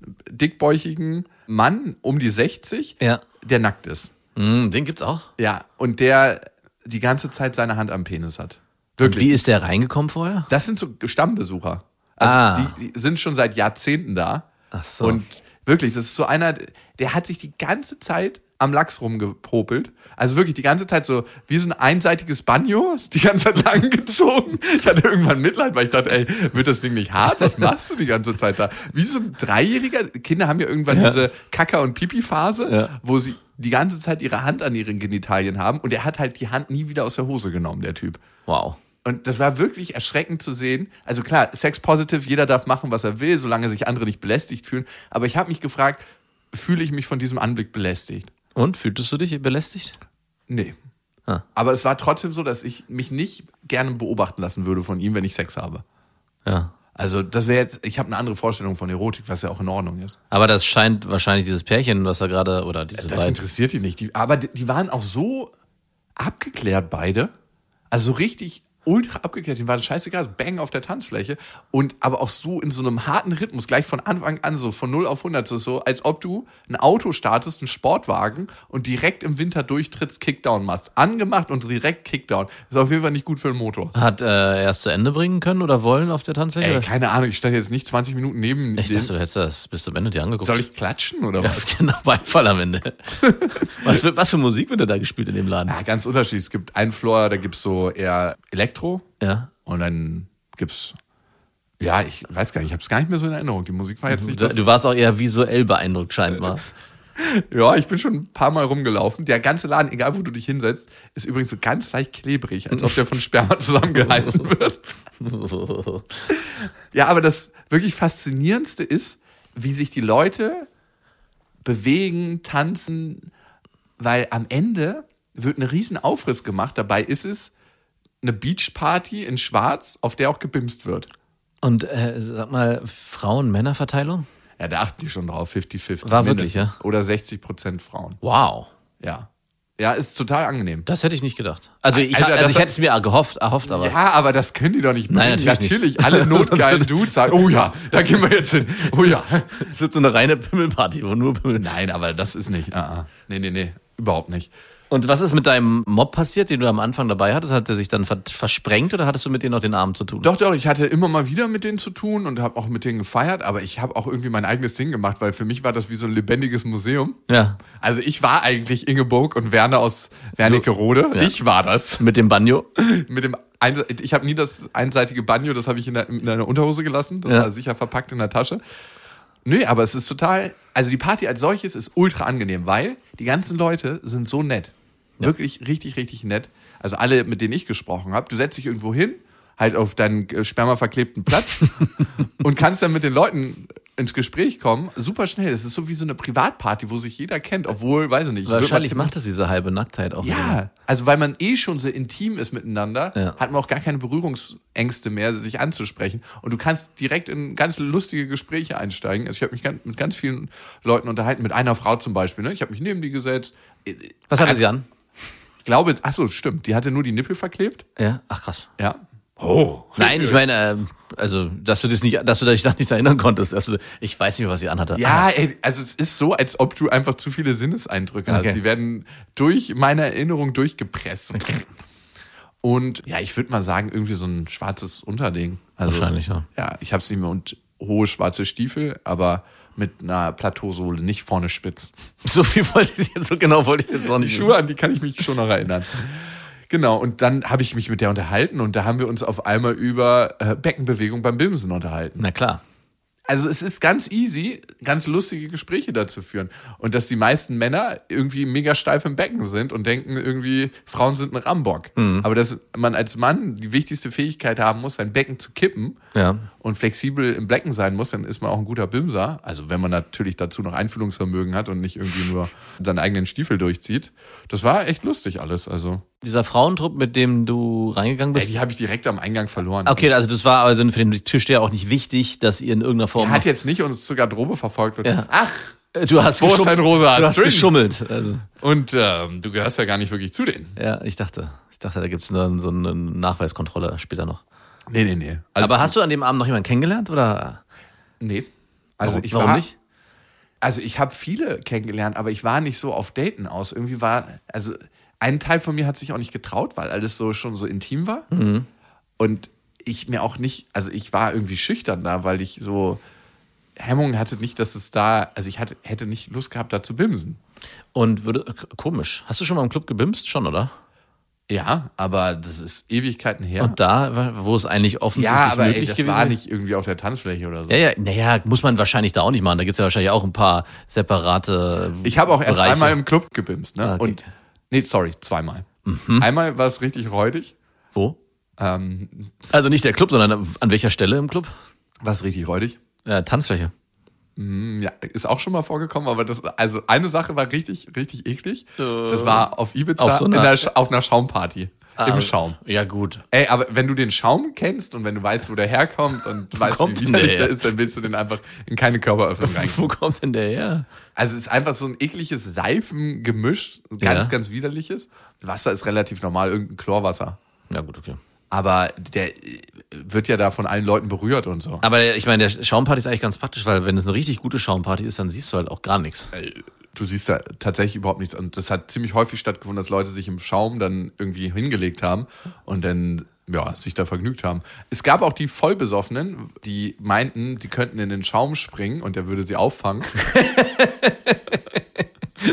[SPEAKER 3] dickbäuchigen Mann um die 60,
[SPEAKER 4] Ja.
[SPEAKER 3] der nackt ist.
[SPEAKER 4] Mm, den gibt's auch.
[SPEAKER 3] Ja, und der die ganze Zeit seine Hand am Penis hat. Wirklich.
[SPEAKER 4] Wie ist der reingekommen vorher?
[SPEAKER 3] Das sind so Stammbesucher. Also
[SPEAKER 4] Ah.
[SPEAKER 3] die, die sind schon seit Jahrzehnten da.
[SPEAKER 4] Ach so.
[SPEAKER 3] Und wirklich, das ist so einer, der hat sich die ganze Zeit am Lachs rumgepopelt. Also wirklich die ganze Zeit so wie so ein einseitiges Banjo, ist die ganze Zeit lang gezogen. Ich hatte irgendwann Mitleid, weil ich dachte, ey, wird das Ding nicht hart? Was machst du die ganze Zeit da? Wie so ein Dreijähriger, Kinder haben ja irgendwann diese Kacker- und Pipi-Phase,
[SPEAKER 4] Ja.
[SPEAKER 3] wo sie die ganze Zeit ihre Hand an ihren Genitalien haben und er hat halt die Hand nie wieder aus der Hose genommen, der Typ.
[SPEAKER 4] Wow.
[SPEAKER 3] Und das war wirklich erschreckend zu sehen. Also klar, Sex Positive, jeder darf machen, was er will, solange sich andere nicht belästigt fühlen. Aber ich habe mich gefragt, fühle ich mich von diesem Anblick belästigt?
[SPEAKER 4] Und fühltest du dich belästigt?
[SPEAKER 3] Nee.
[SPEAKER 4] Ah.
[SPEAKER 3] Aber es war trotzdem so, dass ich mich nicht gerne beobachten lassen würde von ihm, wenn ich Sex habe.
[SPEAKER 4] Ja.
[SPEAKER 3] Also das wäre jetzt, ich habe eine andere Vorstellung von Erotik, was ja auch in Ordnung ist.
[SPEAKER 4] Aber das scheint wahrscheinlich dieses Pärchen, was er gerade, oder diese
[SPEAKER 3] Das
[SPEAKER 4] beiden.
[SPEAKER 3] interessiert die nicht. Die, aber die, die waren auch so abgeklärt beide. Also so richtig ultra abgeklärt. Die waren scheißegal. so Bang auf der Tanzfläche. Und aber auch so in so einem harten Rhythmus, gleich von Anfang an, so von 0 auf 100, so, so als ob du ein Auto startest, einen Sportwagen und direkt im Winter durchtrittst, Kickdown machst. Angemacht und direkt Kickdown. Ist auf jeden Fall nicht gut für den Motor.
[SPEAKER 4] Hat äh, er es zu Ende bringen können oder wollen auf der Tanzfläche?
[SPEAKER 3] Ey,
[SPEAKER 4] Oder-
[SPEAKER 3] keine Ahnung, ich stand jetzt nicht 20 Minuten neben
[SPEAKER 4] ich
[SPEAKER 3] dem.
[SPEAKER 4] dachte, du hättest das bis zum Ende dir angeguckt.
[SPEAKER 3] Soll ich klatschen oder
[SPEAKER 4] Ja,
[SPEAKER 3] was?
[SPEAKER 4] genau, Beifall am Ende. was, für, was für Musik wird denn da gespielt in dem Laden?
[SPEAKER 3] Ja, ganz unterschiedlich. Es gibt einen Floor, da gibt's so eher Elektro,
[SPEAKER 4] Ja.
[SPEAKER 3] Und dann gibt's ja, ich weiß gar nicht, ich habe es gar nicht mehr so in Erinnerung. Die Musik war jetzt nicht
[SPEAKER 4] Mhm, Du,
[SPEAKER 3] das.
[SPEAKER 4] du warst auch eher visuell beeindruckt, scheinbar.
[SPEAKER 3] Ja, ich bin schon ein paar Mal rumgelaufen. Der ganze Laden, egal wo du dich hinsetzt, ist übrigens so ganz leicht klebrig, als ob der von Sperma zusammengehalten wird. Ja, aber das wirklich Faszinierendste ist, wie sich die Leute bewegen, tanzen, weil am Ende wird ein riesen Aufriss gemacht. Dabei ist es eine Beachparty in Schwarz, auf der auch gebimst wird.
[SPEAKER 4] Und äh, sag mal, Frauen-Männer-Verteilung?
[SPEAKER 3] Ja, da achten die schon drauf, 50-50.
[SPEAKER 4] War wirklich,
[SPEAKER 3] mindestens. Oder 60 Prozent Frauen.
[SPEAKER 4] Wow.
[SPEAKER 3] Ja. Ja, ist total angenehm.
[SPEAKER 4] Das hätte ich nicht gedacht. Also ich,
[SPEAKER 3] Alter,
[SPEAKER 4] also
[SPEAKER 3] das
[SPEAKER 4] ich
[SPEAKER 3] hat-
[SPEAKER 4] hätte es mir gehofft, erhofft, aber.
[SPEAKER 3] Ja, aber das können die doch nicht
[SPEAKER 4] Nein,
[SPEAKER 3] bringen.
[SPEAKER 4] natürlich nicht.
[SPEAKER 3] alle notgeilen Dudes sagen, oh ja, da gehen wir jetzt hin. Oh ja.
[SPEAKER 4] Es wird so eine reine Pimmelparty, wo nur Pimmel.
[SPEAKER 3] Nein, aber das ist nicht. ah, ah. Nee, nee, nee. Überhaupt nicht.
[SPEAKER 4] Und was ist mit deinem Mob passiert, den du am Anfang dabei hattest? Hat der sich dann ver- versprengt oder hattest du mit denen noch den Arm zu tun?
[SPEAKER 3] Doch, doch, ich hatte immer mal wieder mit denen zu tun und habe auch mit denen gefeiert, aber ich habe auch irgendwie mein eigenes Ding gemacht, weil für mich war das wie so ein lebendiges Museum.
[SPEAKER 4] Ja.
[SPEAKER 3] Also ich war eigentlich Ingeborg und Werner aus Wernigerode.
[SPEAKER 4] Ja.
[SPEAKER 3] Ich war das.
[SPEAKER 4] Mit dem Banjo?
[SPEAKER 3] mit dem ein, ich habe nie das einseitige Banjo, das habe ich in, der, in einer Unterhose gelassen. Das
[SPEAKER 4] Ja.
[SPEAKER 3] war sicher verpackt in der Tasche. Nö, aber es ist total. Also die Party als solches ist ultra angenehm, weil die ganzen Leute sind so nett. Wirklich richtig, richtig nett. Also alle, mit denen ich gesprochen habe, du setzt dich irgendwo hin, halt auf deinen äh, spermaverklebten Platz und kannst dann mit den Leuten ins Gespräch kommen. Super schnell. Das ist so wie so eine Privatparty, wo sich jeder kennt, obwohl, weiß ich nicht. ich würd mal
[SPEAKER 4] Wahrscheinlich
[SPEAKER 3] tippen,
[SPEAKER 4] macht das diese halbe Nacktheit auch. wieder.
[SPEAKER 3] ja, also weil man eh schon so intim ist miteinander,
[SPEAKER 4] Ja.
[SPEAKER 3] hat man auch gar keine Berührungsängste mehr, sich anzusprechen. Und du kannst direkt in ganz lustige Gespräche einsteigen. Also ich habe mich ganz, mit ganz vielen Leuten unterhalten, mit einer Frau zum Beispiel. Ne? Ich habe mich neben die gesetzt.
[SPEAKER 4] Was hatte sie an?
[SPEAKER 3] Ich glaube, ach so, stimmt. Die hatte nur die Nippel verklebt.
[SPEAKER 4] Ja. Ach krass.
[SPEAKER 3] Ja. Oh.
[SPEAKER 4] Nein, ich meine, ähm, also, dass du das nicht, dass du dich da nicht erinnern konntest. Also, ich weiß nicht mehr, was sie anhatte.
[SPEAKER 3] Ja, ey, also es ist so, als ob du einfach zu viele Sinneseindrücke hast.
[SPEAKER 4] Okay.
[SPEAKER 3] Die werden durch meine Erinnerung durchgepresst. Und ja, ich würde mal sagen, irgendwie so ein schwarzes Unterding. Also,
[SPEAKER 4] Wahrscheinlich, ja.
[SPEAKER 3] Ja, ich hab's nicht mehr und hohe schwarze Stiefel, aber mit einer Plateausohle, nicht vorne spitz.
[SPEAKER 4] So viel wollte ich jetzt, so genau wollte ich jetzt noch
[SPEAKER 3] Die
[SPEAKER 4] nicht.
[SPEAKER 3] Schuhe an, die kann ich mich schon noch erinnern. Genau, und dann habe ich mich mit der unterhalten und da haben wir uns auf einmal über äh, Beckenbewegung beim Bimsen unterhalten.
[SPEAKER 4] Na klar.
[SPEAKER 3] Also es ist ganz easy, ganz lustige Gespräche dazu führen. Und dass die meisten Männer irgendwie mega steif im Becken sind und denken irgendwie, Frauen sind ein Rambock.
[SPEAKER 4] Mhm.
[SPEAKER 3] Aber dass man als Mann die wichtigste Fähigkeit haben muss, sein Becken zu kippen
[SPEAKER 4] Ja.
[SPEAKER 3] und flexibel im Becken sein muss, dann ist man auch ein guter Bimser. Also wenn man natürlich dazu noch Einfühlungsvermögen hat und nicht irgendwie nur seinen eigenen Stiefel durchzieht. Das war echt lustig alles. Also
[SPEAKER 4] Dieser Frauentrupp, mit dem du reingegangen
[SPEAKER 3] ey,
[SPEAKER 4] bist.
[SPEAKER 3] die habe ich direkt am Eingang verloren.
[SPEAKER 4] Okay, also das war also für den Türsteher auch nicht wichtig, dass ihr in irgendeiner Form.
[SPEAKER 3] Er hat jetzt nicht uns zur Garderobe verfolgt und
[SPEAKER 4] Ja.
[SPEAKER 3] ach,
[SPEAKER 4] du hast
[SPEAKER 3] Wo ist
[SPEAKER 4] geschummelt.
[SPEAKER 3] dein rosa
[SPEAKER 4] du hast
[SPEAKER 3] String?
[SPEAKER 4] geschummelt. Also,
[SPEAKER 3] und ähm, du gehörst ja gar nicht wirklich zu denen.
[SPEAKER 4] ja, ich dachte. Ich dachte, da gibt's dann so eine Nachweiskontrolle später noch.
[SPEAKER 3] Nee, nee, Also nee.
[SPEAKER 4] Aber hast du an dem Abend noch jemanden kennengelernt? Oder?
[SPEAKER 3] Nee. Also
[SPEAKER 4] Warum-
[SPEAKER 3] ich
[SPEAKER 4] warum
[SPEAKER 3] war,
[SPEAKER 4] nicht?
[SPEAKER 3] Also ich habe viele kennengelernt, aber ich war nicht so auf Daten aus. Irgendwie war, also ein Teil von mir hat sich auch nicht getraut, weil alles so schon so intim war. Und ich mir auch nicht, also ich war irgendwie schüchtern da, weil ich so Hemmungen hatte nicht, dass es da, also ich hatte, hätte nicht Lust gehabt, da zu bimsen.
[SPEAKER 4] Und würde. k- Komisch. Hast du schon mal im Club gebimst? Schon, oder?
[SPEAKER 3] Ja, aber das ist Ewigkeiten her.
[SPEAKER 4] Und da, wa- wo es eigentlich offensichtlich
[SPEAKER 3] ja, aber
[SPEAKER 4] möglich
[SPEAKER 3] ey, das
[SPEAKER 4] gewesen
[SPEAKER 3] war
[SPEAKER 4] wäre?
[SPEAKER 3] nicht irgendwie auf der Tanzfläche oder so.
[SPEAKER 4] Ja, ja, naja, muss man wahrscheinlich da auch nicht machen. Da gibt's ja wahrscheinlich auch ein paar separate.
[SPEAKER 3] Ich habe auch erst
[SPEAKER 4] Bereiche.
[SPEAKER 3] einmal im Club gebimst, ne?
[SPEAKER 4] Ah, okay. Mhm.
[SPEAKER 3] Und nee, sorry, zweimal. Einmal war es richtig räudig.
[SPEAKER 4] Wo?
[SPEAKER 3] Äh, Ähm,
[SPEAKER 4] Also nicht der Club, sondern an welcher Stelle im Club?
[SPEAKER 3] was richtig räudig?
[SPEAKER 4] Ja, Tanzfläche.
[SPEAKER 3] Hm, Ja, ist auch schon mal vorgekommen, aber das, also eine Sache war richtig, richtig eklig. Das war auf Ibiza
[SPEAKER 4] auf so einer- Ah,
[SPEAKER 3] in der, Sch- auf einer Schaumparty. Im Schaum.
[SPEAKER 4] Ja, gut.
[SPEAKER 3] Ey, aber wenn du den Schaum kennst und wenn du weißt, wo der herkommt und weißt,
[SPEAKER 4] kommt
[SPEAKER 3] wie
[SPEAKER 4] denn
[SPEAKER 3] widerlich
[SPEAKER 4] der
[SPEAKER 3] der
[SPEAKER 4] her?
[SPEAKER 3] ist, dann willst du den einfach in keine Körperöffnung rein.
[SPEAKER 4] Wo kommt denn der her?
[SPEAKER 3] Also es ist einfach so ein ekliges Seifengemisch, ganz,
[SPEAKER 4] Ja.
[SPEAKER 3] ganz widerliches. Wasser ist relativ normal, irgendein Chlorwasser.
[SPEAKER 4] Ja, gut, okay.
[SPEAKER 3] Aber der äh, wird ja da von allen Leuten berührt und so.
[SPEAKER 4] Aber der- ich meine, der Schaumparty ist eigentlich ganz praktisch, weil wenn es eine richtig gute Schaumparty ist, dann siehst du halt auch gar nichts.
[SPEAKER 3] Äh, Du siehst da tatsächlich überhaupt nichts. Und das hat ziemlich häufig stattgefunden, dass Leute sich im Schaum dann irgendwie hingelegt haben und dann ja, sich da vergnügt haben. Es gab auch die Vollbesoffenen, die meinten, die könnten in den Schaum springen und der würde sie auffangen.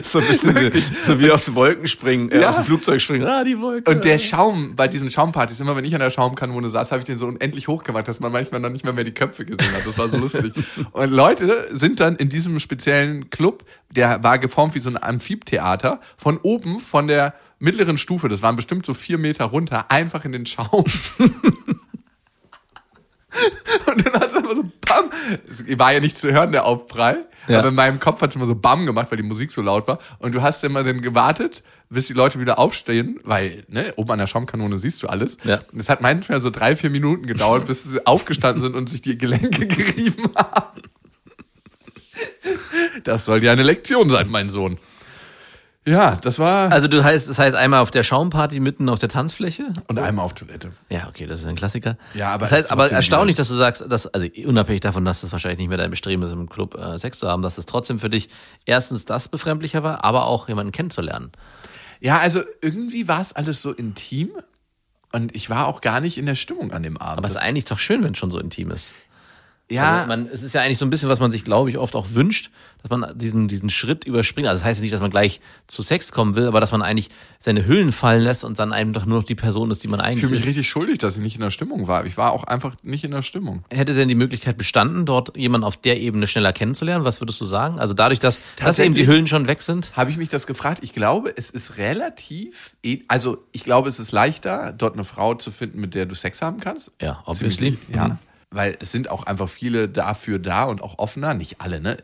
[SPEAKER 4] So ein bisschen wie, so wie aufs Wolken springen, äh,
[SPEAKER 3] Ja.
[SPEAKER 4] aus dem Flugzeug springen. Ah, die Wolken.
[SPEAKER 3] Und der Schaum bei diesen Schaumpartys, immer wenn ich an der Schaumkanone saß, habe ich den so unendlich hoch gemacht, dass man manchmal noch nicht mal mehr die Köpfe gesehen hat. Das war so lustig. Und Leute sind dann in diesem speziellen Club, der war geformt wie so ein Amphibtheater, von oben, von der mittleren Stufe, das waren bestimmt so vier Meter runter, einfach in den Schaum. Und dann hat es einfach so BAM. Es war ja nicht zu hören, der Aufprall.
[SPEAKER 4] Ja.
[SPEAKER 3] Aber in meinem Kopf hat es immer so BAM gemacht, weil die Musik so laut war. Und du hast immer dann gewartet, bis die Leute wieder aufstehen, weil ne, oben an der Schaumkanone siehst du alles.
[SPEAKER 4] Ja.
[SPEAKER 3] Und es hat manchmal so drei, vier Minuten gedauert, bis sie aufgestanden sind und sich die Gelenke gerieben haben. Das soll ja eine Lektion sein, mein Sohn. Ja, das war.
[SPEAKER 4] Also du heißt, das heißt einmal auf der Schaumparty mitten auf der Tanzfläche
[SPEAKER 3] Und einmal auf Toilette.
[SPEAKER 4] Ja, okay, das ist ein Klassiker.
[SPEAKER 3] Ja, aber
[SPEAKER 4] das
[SPEAKER 3] es
[SPEAKER 4] heißt,
[SPEAKER 3] ist
[SPEAKER 4] aber
[SPEAKER 3] trotzdem
[SPEAKER 4] erstaunlich, dass du sagst, dass also unabhängig davon, dass das wahrscheinlich nicht mehr dein Bestreben ist, im Club äh, Sex zu haben, dass es trotzdem für dich erstens das befremdlicher war, aber auch jemanden kennenzulernen.
[SPEAKER 3] Ja, also irgendwie war es alles so intim und ich war auch gar nicht in der Stimmung an dem Abend.
[SPEAKER 4] Aber es ist eigentlich doch schön, wenn es schon so intim ist.
[SPEAKER 3] ja,
[SPEAKER 4] Also man, es ist ja eigentlich so ein bisschen, was man sich, glaube ich, oft auch wünscht, dass man diesen, diesen Schritt überspringt. Also das heißt nicht, dass man gleich zu Sex kommen will, aber dass man eigentlich seine Hüllen fallen lässt und dann einfach nur noch die Person ist, die man
[SPEAKER 3] ich
[SPEAKER 4] eigentlich
[SPEAKER 3] fühle mich
[SPEAKER 4] ist.
[SPEAKER 3] richtig schuldig, dass ich nicht in der Stimmung war. Ich war auch einfach nicht in der Stimmung.
[SPEAKER 4] Hätte denn die Möglichkeit bestanden, dort jemanden auf der Ebene schneller kennenzulernen? Was würdest du sagen? Also dadurch, dass, dass eben die
[SPEAKER 3] Tatsächlich-
[SPEAKER 4] Hüllen schon weg sind?
[SPEAKER 3] Habe ich mich das gefragt? Ich glaube, es ist relativ, eh- also ich glaube, es ist leichter, dort eine Frau zu finden, mit der du Sex haben kannst.
[SPEAKER 4] Ja,
[SPEAKER 3] Ziemlich-
[SPEAKER 4] obviously.
[SPEAKER 3] Ja.
[SPEAKER 4] Mhm.
[SPEAKER 3] Weil es sind auch einfach viele dafür da und auch offener, nicht alle, ne?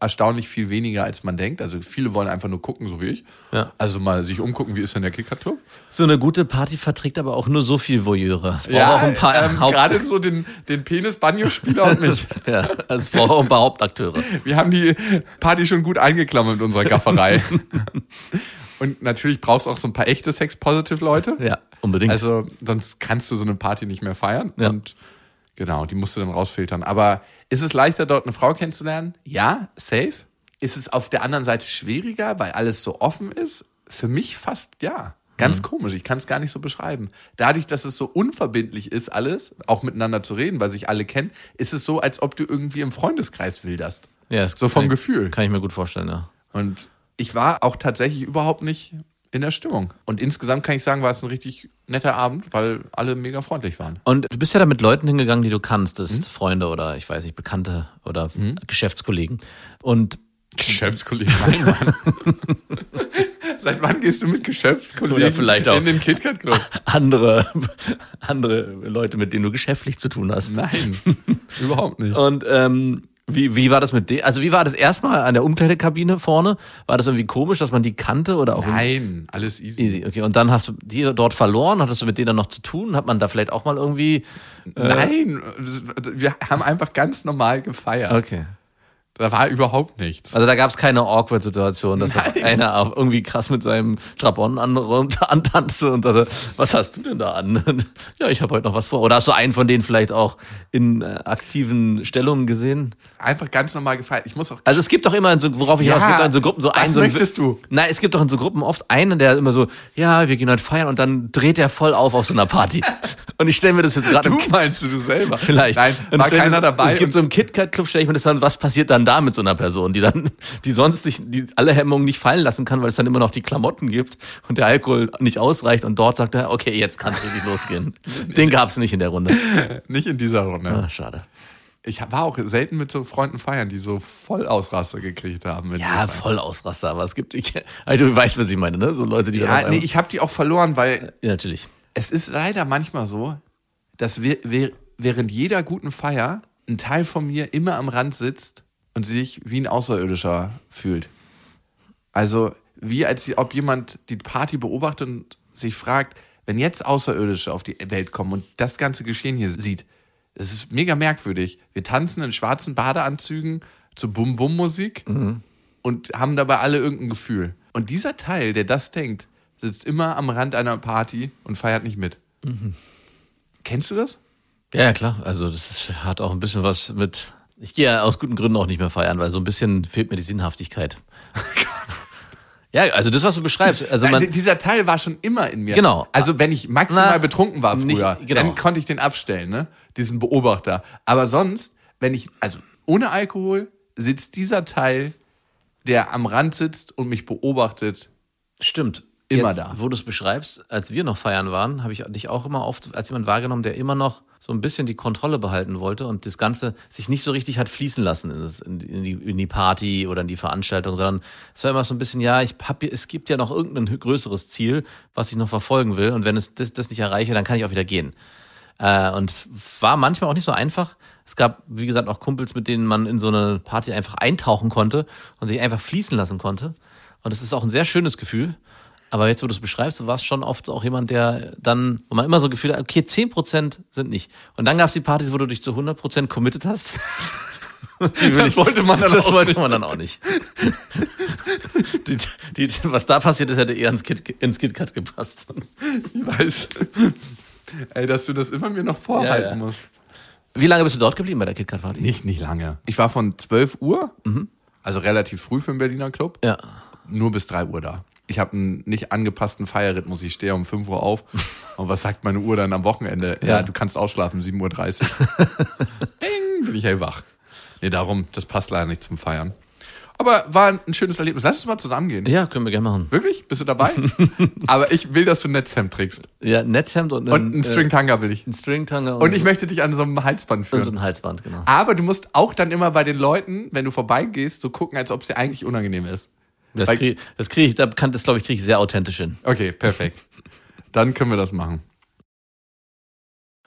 [SPEAKER 3] Erstaunlich viel weniger, als man denkt. Also viele wollen einfach nur gucken, so wie ich.
[SPEAKER 4] Ja.
[SPEAKER 3] Also mal sich umgucken, wie ist denn der Kicker-Club?
[SPEAKER 4] So eine gute Party verträgt aber auch nur so viel Voyeure. Es braucht
[SPEAKER 3] Ja,
[SPEAKER 4] auch ein paar
[SPEAKER 3] ähm,
[SPEAKER 4] Haupt
[SPEAKER 3] gerade so den, den Penis-Banjo-Spieler und mich.
[SPEAKER 4] ja, also es braucht auch ein paar Hauptakteure.
[SPEAKER 3] Wir haben die Party schon gut eingeklammert mit unserer Gafferei. und natürlich brauchst du auch so ein paar echte Sex-Positive-Leute.
[SPEAKER 4] Ja, unbedingt.
[SPEAKER 3] Also sonst kannst du so eine Party nicht mehr feiern.
[SPEAKER 4] Ja.
[SPEAKER 3] Und genau, die musst du dann rausfiltern. Aber ist es leichter, dort eine Frau kennenzulernen? Ja, safe. Ist es auf der anderen Seite schwieriger, weil alles so offen ist? Für mich fast ja. Ganz
[SPEAKER 4] Mhm.
[SPEAKER 3] komisch, ich kann es gar nicht so beschreiben. Dadurch, dass es so unverbindlich ist, alles, auch miteinander zu reden, weil sich alle kennen, ist es so, als ob du irgendwie im Freundeskreis wilderst.
[SPEAKER 4] ja, es-
[SPEAKER 3] so vom
[SPEAKER 4] kann ich-
[SPEAKER 3] Gefühl.
[SPEAKER 4] Kann ich mir gut vorstellen, ja.
[SPEAKER 3] Und ich war auch tatsächlich überhaupt nicht in der Stimmung. Und insgesamt kann ich sagen, war es ein richtig netter Abend, weil alle mega freundlich waren.
[SPEAKER 4] Und du bist ja da mit Leuten hingegangen, die du kanntest, Freunde oder ich weiß nicht, Bekannte oder Geschäftskollegen. Und
[SPEAKER 3] Geschäftskollegen, mein Mann. Seit wann gehst du mit Geschäftskollegen
[SPEAKER 4] Oder vielleicht auch-
[SPEAKER 3] in den KitKat Club?
[SPEAKER 4] andere, andere Leute, mit denen du geschäftlich zu tun hast.
[SPEAKER 3] Nein, überhaupt nicht.
[SPEAKER 4] Und ähm, wie, wie war das mit dir? Also wie war das erstmal an der Umkleidekabine vorne? War das irgendwie komisch, dass man die kannte oder auch
[SPEAKER 3] Nein, alles easy.
[SPEAKER 4] Easy, okay. Und dann hast du die dort verloren, hattest du mit denen dann noch zu tun? Hat man da vielleicht auch mal irgendwie. Äh.
[SPEAKER 3] Nein, wir haben einfach ganz normal gefeiert.
[SPEAKER 4] Okay.
[SPEAKER 3] Da war überhaupt nichts.
[SPEAKER 4] Also da gab es keine awkward Situation, dass
[SPEAKER 3] Nein.
[SPEAKER 4] einer auch irgendwie krass mit seinem Strapon an- antanzte und sagte, was hast du denn da an? ja, ich habe heute noch was vor. Oder hast du einen von denen vielleicht auch in äh, aktiven Stellungen gesehen?
[SPEAKER 3] Einfach ganz normal gefeiert. Ich muss auch
[SPEAKER 4] Also es gibt doch immer in so, worauf ich
[SPEAKER 3] Ja,
[SPEAKER 4] hinaus, es gibt doch in so Gruppen so
[SPEAKER 3] was
[SPEAKER 4] einen. so
[SPEAKER 3] möchtest du?
[SPEAKER 4] Nein, es gibt doch in so Gruppen oft einen, der immer so, ja, wir gehen heute feiern und dann dreht der voll auf auf so einer Party. und ich stelle mir das jetzt gerade
[SPEAKER 3] Du meinst du, du selber?
[SPEAKER 4] Vielleicht.
[SPEAKER 3] Nein,
[SPEAKER 4] Und
[SPEAKER 3] war
[SPEAKER 4] stell dir
[SPEAKER 3] keiner
[SPEAKER 4] so-
[SPEAKER 3] dabei.
[SPEAKER 4] Es gibt so einen KitKat-Club, stelle ich mir das dann, was passiert dann da mit so einer Person, die dann, die sonst nicht, die alle Hemmungen nicht fallen lassen kann, weil es dann immer noch die Klamotten gibt und der Alkohol nicht ausreicht und dort sagt er, okay, jetzt kann es richtig losgehen. Den gab es nicht in der Runde.
[SPEAKER 3] nicht in dieser Runde.
[SPEAKER 4] Ah, schade.
[SPEAKER 3] Ich war auch selten mit so Freunden feiern, die so voll Ausraster gekriegt haben. Mit
[SPEAKER 4] Ja,
[SPEAKER 3] so Feiern.
[SPEAKER 4] voll Ausraster, aber es gibt, ich, also du weißt, was ich meine, ne? So Leute, die dann auf
[SPEAKER 3] ja nee,
[SPEAKER 4] einmal-
[SPEAKER 3] ich habe die auch verloren, weil
[SPEAKER 4] ja, natürlich.
[SPEAKER 3] es ist leider manchmal so, dass wir, wir, während jeder guten Feier ein Teil von mir immer am Rand sitzt und sich wie ein Außerirdischer fühlt. Also wie als ob jemand die Party beobachtet und sich fragt, wenn jetzt Außerirdische auf die Welt kommen und das ganze Geschehen hier sieht, es ist mega merkwürdig. Wir tanzen in schwarzen Badeanzügen zur Bum-Bum-Musik und haben dabei alle irgendein Gefühl. Und dieser Teil, der das denkt, sitzt immer am Rand einer Party und feiert nicht mit.
[SPEAKER 4] Mhm.
[SPEAKER 3] Kennst du das?
[SPEAKER 4] Ja, ja, klar. Also das ist, hat auch ein bisschen was mit. Ich gehe ja aus guten Gründen auch nicht mehr feiern, weil so ein bisschen fehlt mir die Sinnhaftigkeit. ja, also das, was du beschreibst, also
[SPEAKER 3] Nein,
[SPEAKER 4] man.
[SPEAKER 3] dieser Teil war schon immer in mir.
[SPEAKER 4] Genau.
[SPEAKER 3] Also wenn ich maximal
[SPEAKER 4] Na,
[SPEAKER 3] betrunken war
[SPEAKER 4] nicht-
[SPEAKER 3] früher,
[SPEAKER 4] genau.
[SPEAKER 3] dann konnte ich den abstellen, ne? Diesen Beobachter. Aber sonst, wenn ich, also ohne Alkohol sitzt dieser Teil, der am Rand sitzt und mich beobachtet.
[SPEAKER 4] Stimmt.
[SPEAKER 3] Immer
[SPEAKER 4] Jetzt,
[SPEAKER 3] da.
[SPEAKER 4] Wo du es beschreibst, als wir noch feiern waren, habe ich dich auch immer oft als jemand wahrgenommen, der immer noch so ein bisschen die Kontrolle behalten wollte und das Ganze sich nicht so richtig hat fließen lassen in, das, in, die- in, die, in die Party oder in die Veranstaltung, sondern es war immer so ein bisschen, ja, ich hab, hier- es gibt ja noch irgendein hö- größeres Ziel, was ich noch verfolgen will und wenn es das, das nicht erreiche, dann kann ich auch wieder gehen. Äh, und es war manchmal auch nicht so einfach. Es gab, wie gesagt, auch Kumpels, mit denen man in so eine Party einfach eintauchen konnte und sich einfach fließen lassen konnte. Und es ist auch ein sehr schönes Gefühl. Aber jetzt, wo du es beschreibst, du warst schon oft auch jemand, der dann, wo man immer so Gefühl hat, okay, 10% sind nicht. Und dann gab es die Partys, wo du dich zu 100% committed hast.
[SPEAKER 3] Das wollte man dann
[SPEAKER 4] das
[SPEAKER 3] auch
[SPEAKER 4] wollte man dann auch nicht. die, die, was da passiert ist, hätte eher ins Kit, ins KitKat gepasst.
[SPEAKER 3] Ich weiß. Ey, dass du das immer mir noch vorhalten
[SPEAKER 4] Ja, ja.
[SPEAKER 3] musst.
[SPEAKER 4] Wie lange bist du dort geblieben bei der KitKat-Party?
[SPEAKER 3] Nicht, nicht lange. Ich war von 12 Uhr, also relativ früh für einen Berliner Club,
[SPEAKER 4] Ja.
[SPEAKER 3] nur bis 3 Uhr da. Ich habe einen nicht angepassten Feierrhythmus. Ich stehe um 5 Uhr auf. Und was sagt meine Uhr dann am Wochenende? Ja,
[SPEAKER 4] Ja.
[SPEAKER 3] du kannst ausschlafen, 7.30 Uhr. Ding, bin ich hellwach. Nee, darum, das passt leider nicht zum Feiern. Aber war ein schönes Erlebnis. Lass uns mal zusammengehen.
[SPEAKER 4] Ja, können wir gerne machen.
[SPEAKER 3] Wirklich? Bist du dabei? Aber ich will, dass du ein Netzhemd trägst.
[SPEAKER 4] Ja, Netzhemd und,
[SPEAKER 3] Und einen Stringtanga will ich.
[SPEAKER 4] Äh, ein Stringtanger
[SPEAKER 3] Und ich möchte dich an so einem Halsband
[SPEAKER 4] und
[SPEAKER 3] führen.
[SPEAKER 4] so ein Halsband, genau.
[SPEAKER 3] Aber du musst auch dann immer bei den Leuten, wenn du vorbeigehst, so gucken, als ob es dir eigentlich unangenehm ist.
[SPEAKER 4] Das
[SPEAKER 3] Weil-
[SPEAKER 4] kriege das krieg ich, da kann, das glaube ich, kriege ich sehr authentisch hin.
[SPEAKER 3] Okay, perfekt. Dann können wir das machen.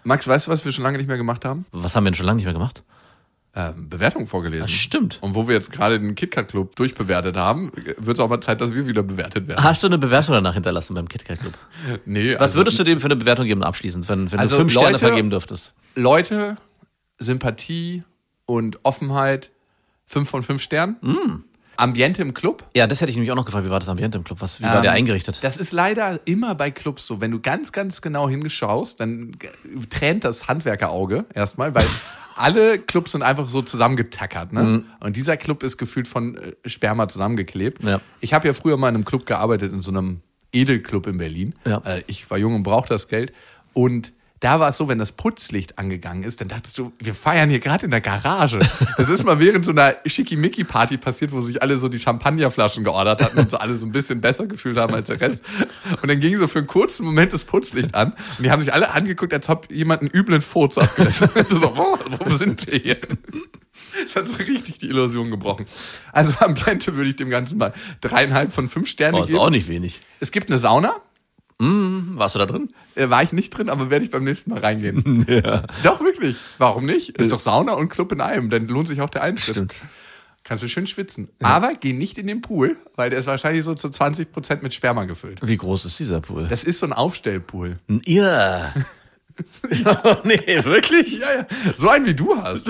[SPEAKER 3] Max, weißt du, was wir schon lange nicht mehr gemacht haben?
[SPEAKER 4] Was haben wir denn schon lange nicht mehr gemacht?
[SPEAKER 3] Ähm, Bewertung vorgelesen.
[SPEAKER 4] Das stimmt.
[SPEAKER 3] Und wo wir jetzt gerade den KitKat Club durchbewertet haben, wird es auch mal Zeit, dass wir wieder bewertet werden.
[SPEAKER 4] Hast du eine Bewertung danach hinterlassen beim KitKat Club?
[SPEAKER 3] Nee,
[SPEAKER 4] Was würdest du dem für eine Bewertung geben abschließend, wenn, wenn
[SPEAKER 3] Also,
[SPEAKER 4] du fünf Sterne
[SPEAKER 3] Leute-
[SPEAKER 4] vergeben dürftest?
[SPEAKER 3] Leute, Sympathie und Offenheit, fünf von fünf Sternen. Ambiente im Club,
[SPEAKER 4] Ja, das hätte ich nämlich auch noch gefragt. Wie war das Ambiente im Club? Was, wie war
[SPEAKER 3] Ähm,
[SPEAKER 4] der eingerichtet? Oh,
[SPEAKER 3] Das ist leider immer bei Clubs so. Wenn du ganz, ganz genau hingeschaust, dann g- tränt das Handwerkerauge erstmal, weil alle Clubs sind einfach so zusammengetackert. Ne?
[SPEAKER 4] Mhm.
[SPEAKER 3] Und dieser Club ist gefühlt von äh, Sperma zusammengeklebt.
[SPEAKER 4] Ja.
[SPEAKER 3] Ich habe ja früher mal in einem Club gearbeitet, in so einem Edelclub in Berlin.
[SPEAKER 4] Ja.
[SPEAKER 3] Äh, ich war jung und brauchte das Geld. Und da war es so, wenn das Putzlicht angegangen ist, dann dachtest du, wir feiern hier gerade in der Garage. Das ist mal während so einer Schickimicki-Party passiert, wo sich alle so die Champagnerflaschen geordert hatten und so alle so ein bisschen besser gefühlt haben als der Rest. Und dann ging so für einen kurzen Moment das Putzlicht an und die haben sich alle angeguckt, als ob jemand einen üblen Furz abgelassen hätte. So, wo, wo sind wir hier? Das hat so richtig die Illusion gebrochen. Also am Ambiente würde ich dem Ganzen mal dreieinhalb von fünf Sterne
[SPEAKER 4] Oh, ist
[SPEAKER 3] geben.
[SPEAKER 4] auch nicht wenig.
[SPEAKER 3] Es gibt eine Sauna,
[SPEAKER 4] Hm, Warst du da drin?
[SPEAKER 3] äh, war ich nicht drin, aber werde ich beim nächsten Mal reingehen. Doch, wirklich. Warum nicht? Ist doch Sauna und Club in einem, dann lohnt sich auch der Eintritt.
[SPEAKER 4] Äh. Stimmt.
[SPEAKER 3] Kannst du schön schwitzen. Aber geh nicht in den Pool, weil der ist wahrscheinlich so zu 20% mit Sperma gefüllt.
[SPEAKER 4] Wie groß ist dieser Pool?
[SPEAKER 3] Das ist so ein Aufstellpool.
[SPEAKER 4] Hm. Ihr. oh, nee, wirklich?
[SPEAKER 3] Ja, ja. So einen wie du hast.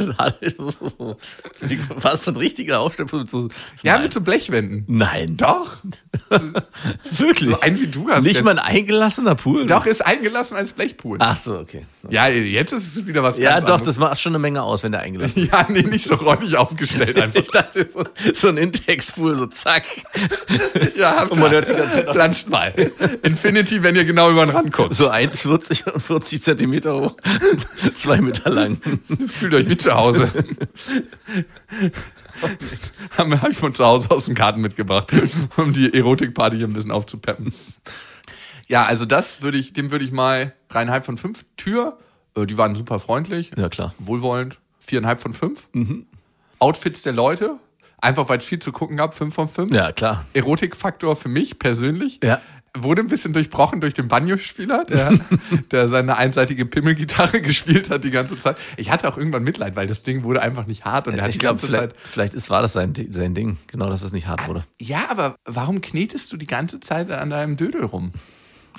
[SPEAKER 4] War es so ein richtiger Aufstellpool? mit So,
[SPEAKER 3] Ja,
[SPEAKER 4] Nein.
[SPEAKER 3] mit so Blechwänden.
[SPEAKER 4] Nein.
[SPEAKER 3] Doch.
[SPEAKER 4] Wirklich?
[SPEAKER 3] So einen wie du hast
[SPEAKER 4] Nicht
[SPEAKER 3] jetzt-
[SPEAKER 4] mal ein eingelassener Pool?
[SPEAKER 3] Doch, ist eingelassen als Blechpool.
[SPEAKER 4] Ach so, okay.
[SPEAKER 3] Ja, jetzt ist es wieder was
[SPEAKER 4] Ja,
[SPEAKER 3] ganz
[SPEAKER 4] doch,
[SPEAKER 3] anderes.
[SPEAKER 4] das macht schon eine Menge aus, wenn der eingelassen
[SPEAKER 3] Ja, nee, nicht so räudig aufgestellt
[SPEAKER 4] ist.
[SPEAKER 3] einfach.
[SPEAKER 4] Ich dachte, so, so ein Intex-Pool, so zack.
[SPEAKER 3] Ja, habt
[SPEAKER 4] Und man
[SPEAKER 3] ihr.
[SPEAKER 4] hört die ganze Zeit-
[SPEAKER 3] Planscht mal. Infinity, wenn ihr genau über den Rand guckt.
[SPEAKER 4] So 1,40 und 40 Zentimeter hoch, zwei Meter lang.
[SPEAKER 3] Fühlt euch wie zu Hause. Haben hab ich von zu Hause aus einen Karten mitgebracht, um die Erotikparty hier ein bisschen aufzupeppen. Ja, also das würde ich, dem würde ich mal dreieinhalb von fünf Tür. äh, Die waren super freundlich,
[SPEAKER 4] Ja, klar. Mhm.
[SPEAKER 3] wohlwollend. Viereinhalb von fünf. Outfits der Leute, einfach weil es viel zu gucken gab, fünf von fünf.
[SPEAKER 4] Ja, klar.
[SPEAKER 3] Erotikfaktor für mich persönlich.
[SPEAKER 4] Ja.
[SPEAKER 3] wurde ein bisschen durchbrochen durch den Banjo-Spieler, der, der seine einseitige Pimmelgitarre gespielt hat die ganze Zeit. Ich hatte auch irgendwann Mitleid, weil das Ding wurde einfach nicht hart und er hat
[SPEAKER 4] ich
[SPEAKER 3] die
[SPEAKER 4] glaube,
[SPEAKER 3] ganze
[SPEAKER 4] vielleicht,
[SPEAKER 3] Zeit.
[SPEAKER 4] vielleicht ist, war das sein, sein Ding, genau, dass es nicht hart wurde.
[SPEAKER 3] Ja, aber warum knetest du die ganze Zeit an deinem Dödel rum?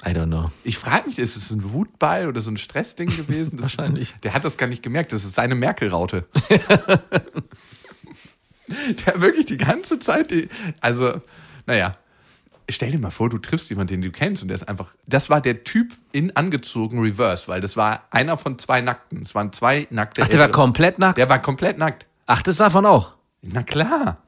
[SPEAKER 4] I don't know.
[SPEAKER 3] Ich frage mich, ist es ein Wutball oder so ein Stressding gewesen? Das
[SPEAKER 4] Wahrscheinlich.
[SPEAKER 3] Ist, der hat das gar nicht gemerkt. Das ist seine Merkel-Raute. der wirklich die ganze Zeit, die, also, naja. Stell dir mal vor, du triffst jemanden, den du kennst und der ist einfach, das war der Typ in angezogen Reverse, weil das war einer von zwei Nackten. Es waren zwei nackte
[SPEAKER 4] Ach, der war
[SPEAKER 3] Ältere.
[SPEAKER 4] komplett nackt.
[SPEAKER 3] Der war komplett nackt.
[SPEAKER 4] Ach, das darf man auch.
[SPEAKER 3] Na klar.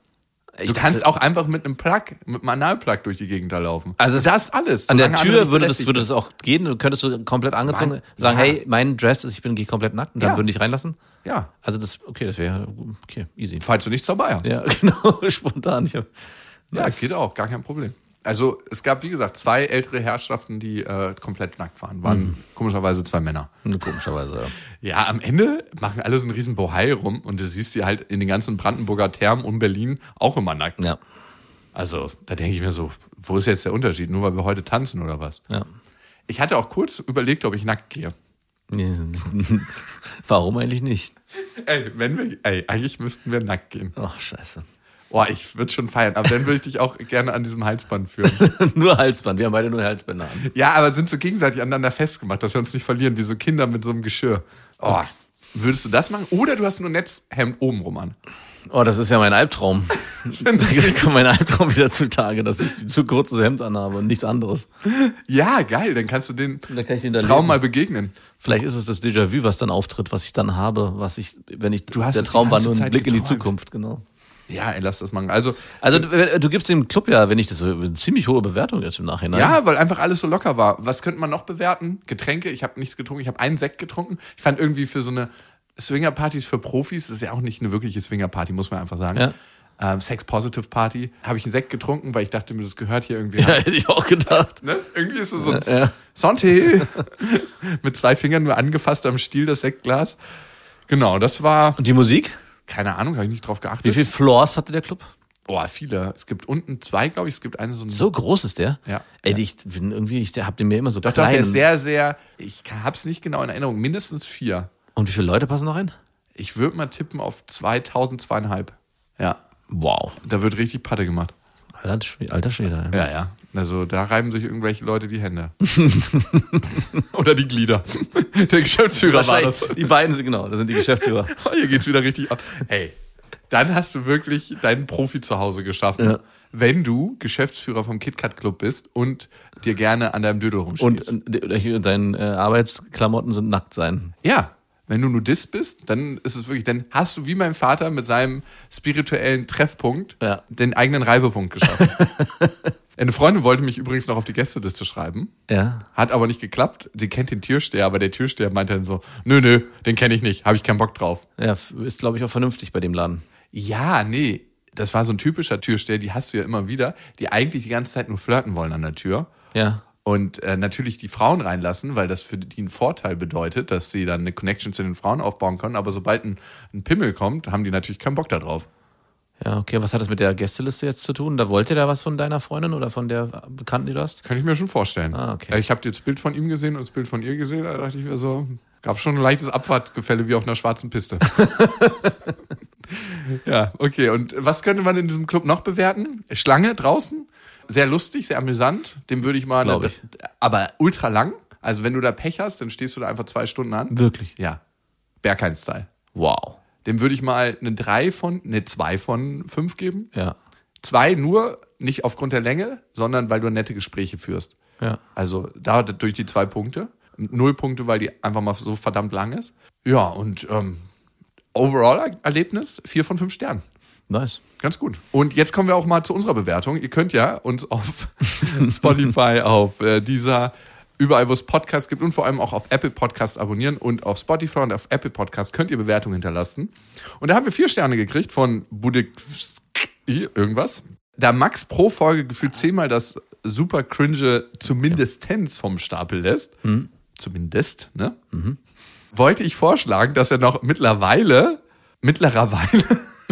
[SPEAKER 4] Ich
[SPEAKER 3] du kannst
[SPEAKER 4] dachte-
[SPEAKER 3] auch einfach mit einem Plug, mit einem Analplug durch die Gegend da laufen.
[SPEAKER 4] Also es-
[SPEAKER 3] das ist alles.
[SPEAKER 4] An der
[SPEAKER 3] solange andere
[SPEAKER 4] Tür
[SPEAKER 3] nicht
[SPEAKER 4] würde das,
[SPEAKER 3] belästigt
[SPEAKER 4] würde das auch gehen. Du könntest du komplett angezogen
[SPEAKER 3] Nein.
[SPEAKER 4] sagen,
[SPEAKER 3] Ja.
[SPEAKER 4] hey, mein Dress ist, ich bin komplett nackt und dann
[SPEAKER 3] Ja.
[SPEAKER 4] würden dich reinlassen.
[SPEAKER 3] werden. Ja.
[SPEAKER 4] Also das, okay, das wäre okay, easy.
[SPEAKER 3] Falls du nichts dabei hast.
[SPEAKER 4] Ja, genau, spontan. Ich hab,
[SPEAKER 3] Ja, geht auch, gar kein Problem. Also es gab, wie gesagt, zwei ältere Herrschaften, die äh, komplett nackt waren. Waren komischerweise zwei Männer.
[SPEAKER 4] komischerweise.
[SPEAKER 3] Mhm. Ja, am Ende machen alle so einen riesen Bohai rum und du siehst sie halt in den ganzen Brandenburger Thermen um Berlin auch immer nackt.
[SPEAKER 4] Ja,
[SPEAKER 3] Also da denke ich mir so, wo ist jetzt der Unterschied? Nur weil wir heute tanzen oder was?
[SPEAKER 4] ja.
[SPEAKER 3] Ich hatte auch kurz überlegt, ob ich nackt gehe.
[SPEAKER 4] Nee, Warum eigentlich nicht?
[SPEAKER 3] Ey, wenn wir, ey, eigentlich müssten wir nackt gehen.
[SPEAKER 4] Ach, scheiße.
[SPEAKER 3] Boah, ich würde schon feiern, aber dann würde ich dich auch gerne an diesem Halsband führen.
[SPEAKER 4] nur Halsband, wir haben beide nur Halsbänder an.
[SPEAKER 3] Ja, aber sind so gegenseitig aneinander festgemacht, dass wir uns nicht verlieren, wie so Kinder mit so einem Geschirr. Oh, würdest du das machen? Oder du hast nur ein Netzhemd oben rum an.
[SPEAKER 4] Oh, das ist ja mein Albtraum. da kommt mein Albtraum wieder zutage, dass ich zu kurzes Hemd anhabe und nichts anderes.
[SPEAKER 3] Ja, geil, dann kannst du den
[SPEAKER 4] Da kann ich den da
[SPEAKER 3] Traum
[SPEAKER 4] leben.
[SPEAKER 3] mal begegnen.
[SPEAKER 4] Vielleicht ist es das Déjà-vu, was dann auftritt, was ich dann habe, was ich, wenn ich,
[SPEAKER 3] hast
[SPEAKER 4] der
[SPEAKER 3] es die
[SPEAKER 4] Traum war
[SPEAKER 3] ganze
[SPEAKER 4] nur ein
[SPEAKER 3] Zeit
[SPEAKER 4] Blick in die
[SPEAKER 3] geträumt.
[SPEAKER 4] Zukunft, genau.
[SPEAKER 3] Ja, ey, lass das machen. Also,
[SPEAKER 4] Also du, du gibst dem Club ja, wenn ich das so, eine ziemlich hohe Bewertung jetzt im Nachhinein.
[SPEAKER 3] ja, weil einfach alles so locker war. Was könnte man noch bewerten? Getränke, ich habe nichts getrunken, ich habe einen Sekt getrunken. Ich fand irgendwie für so eine Swingerpartys für Profis, das ist ja auch nicht eine wirkliche Swingerparty, muss man einfach sagen.
[SPEAKER 4] Ja.
[SPEAKER 3] Ähm, Sex Positive Party, habe ich einen Sekt getrunken, weil ich dachte mir, das gehört hier irgendwie
[SPEAKER 4] Ja, hätte ich auch gedacht.
[SPEAKER 3] Ne? Irgendwie ist es so ein
[SPEAKER 4] Ja.
[SPEAKER 3] Santé. Mit zwei Fingern nur angefasst am Stiel das Sektglas. Genau, das war,
[SPEAKER 4] Und die Musik?
[SPEAKER 3] keine Ahnung, habe ich nicht drauf
[SPEAKER 4] Wie
[SPEAKER 3] geachtet.
[SPEAKER 4] viele Floors hatte der Club?
[SPEAKER 3] Boah, viele. Es gibt unten zwei, glaube ich. Es gibt eine so eine.
[SPEAKER 4] So groß ist der?
[SPEAKER 3] Ja.
[SPEAKER 4] Ey, ich bin irgendwie, ich hab den mir immer so
[SPEAKER 3] doch, doch,
[SPEAKER 4] klein.
[SPEAKER 3] der ist sehr, sehr. Ich habe es nicht genau in Erinnerung. Mindestens vier.
[SPEAKER 4] und wie viele Leute passen noch rein?
[SPEAKER 3] Ich würde mal tippen auf 2000, zweieinhalb. Ja,
[SPEAKER 4] Wow.
[SPEAKER 3] da wird richtig Patte gemacht.
[SPEAKER 4] Alter, Schwede, alter Schwede.
[SPEAKER 3] Ja, ja. Also da reiben sich irgendwelche Leute die Hände. Oder die Glieder. Der Geschäftsführer war das.
[SPEAKER 4] Die beiden sind genau, das sind die Geschäftsführer.
[SPEAKER 3] Oh, hier geht's wieder richtig ab. Hey, dann hast du wirklich deinen Profi zu Hause geschaffen.
[SPEAKER 4] Ja.
[SPEAKER 3] Wenn du Geschäftsführer vom KitKat Club bist und dir gerne an deinem Dödel rumspielst.
[SPEAKER 4] Und äh, hier deine äh, Arbeitsklamotten sind nackt sein.
[SPEAKER 3] ja, wenn du Nudist bist, dann ist es wirklich, dann hast du wie mein Vater mit seinem spirituellen Treffpunkt
[SPEAKER 4] Ja.
[SPEAKER 3] den eigenen Reibepunkt geschaffen. Eine Freundin wollte mich übrigens noch auf die Gästeliste schreiben.
[SPEAKER 4] Ja.
[SPEAKER 3] Hat aber nicht geklappt. Sie kennt den Türsteher, aber der Türsteher meinte dann so, nö, nö, den kenne ich nicht, habe ich keinen Bock drauf.
[SPEAKER 4] Ja, f- ist, glaube ich, auch vernünftig bei dem Laden.
[SPEAKER 3] Ja, nee. Das war so ein typischer Türsteher, die hast du ja immer wieder, die eigentlich die ganze Zeit nur flirten wollen an der Tür.
[SPEAKER 4] Ja.
[SPEAKER 3] Und äh, natürlich die Frauen reinlassen, weil das für die einen Vorteil bedeutet, dass sie dann eine Connection zu den Frauen aufbauen können. Aber sobald ein, ein Pimmel kommt, haben die natürlich keinen Bock da drauf.
[SPEAKER 4] Ja, okay. Was hat das mit der Gästeliste jetzt zu tun? Da wollte der was von deiner Freundin oder von der Bekannten, die du hast?
[SPEAKER 3] Kann ich mir schon vorstellen.
[SPEAKER 4] Ah, okay.
[SPEAKER 3] Äh, Ich habe das Bild von ihm gesehen und das Bild von ihr gesehen. Da dachte ich mir so, gab schon ein leichtes Abfahrtgefälle wie auf einer schwarzen Piste. ja, okay. Und was könnte man in diesem Club noch bewerten? Schlange draußen. Sehr lustig, sehr amüsant. Dem würde ich mal.
[SPEAKER 4] Glaub ich.
[SPEAKER 3] Aber ultra lang. Also, wenn du da Pech hast, dann stehst du da einfach zwei Stunden an.
[SPEAKER 4] Wirklich?
[SPEAKER 3] Ja. Bergheim-Style.
[SPEAKER 4] Wow.
[SPEAKER 3] Dem würde ich mal eine 3 von, eine 2 von 5 geben.
[SPEAKER 4] Ja.
[SPEAKER 3] Zwei nur, nicht aufgrund der Länge, sondern weil du nette Gespräche führst.
[SPEAKER 4] Ja.
[SPEAKER 3] Also da durch die zwei Punkte. Null Punkte, weil die einfach mal so verdammt lang ist. Ja, und ähm, Overall-Erlebnis, vier von fünf Sternen.
[SPEAKER 4] Nice.
[SPEAKER 3] Ganz gut. Und jetzt kommen wir auch mal zu unserer Bewertung. Ihr könnt ja uns auf Spotify, auf äh, dieser, überall, wo es Podcasts gibt und vor allem auch auf Apple Podcasts abonnieren und auf Spotify und auf Apple Podcasts könnt ihr Bewertungen hinterlassen. Und da haben wir vier Sterne gekriegt von Budek irgendwas. Da Max pro Folge gefühlt zehnmal das super cringe zumindestens vom Stapel lässt, zumindest, ne? Wollte ich vorschlagen, dass er noch mittlerweile, mittlerweile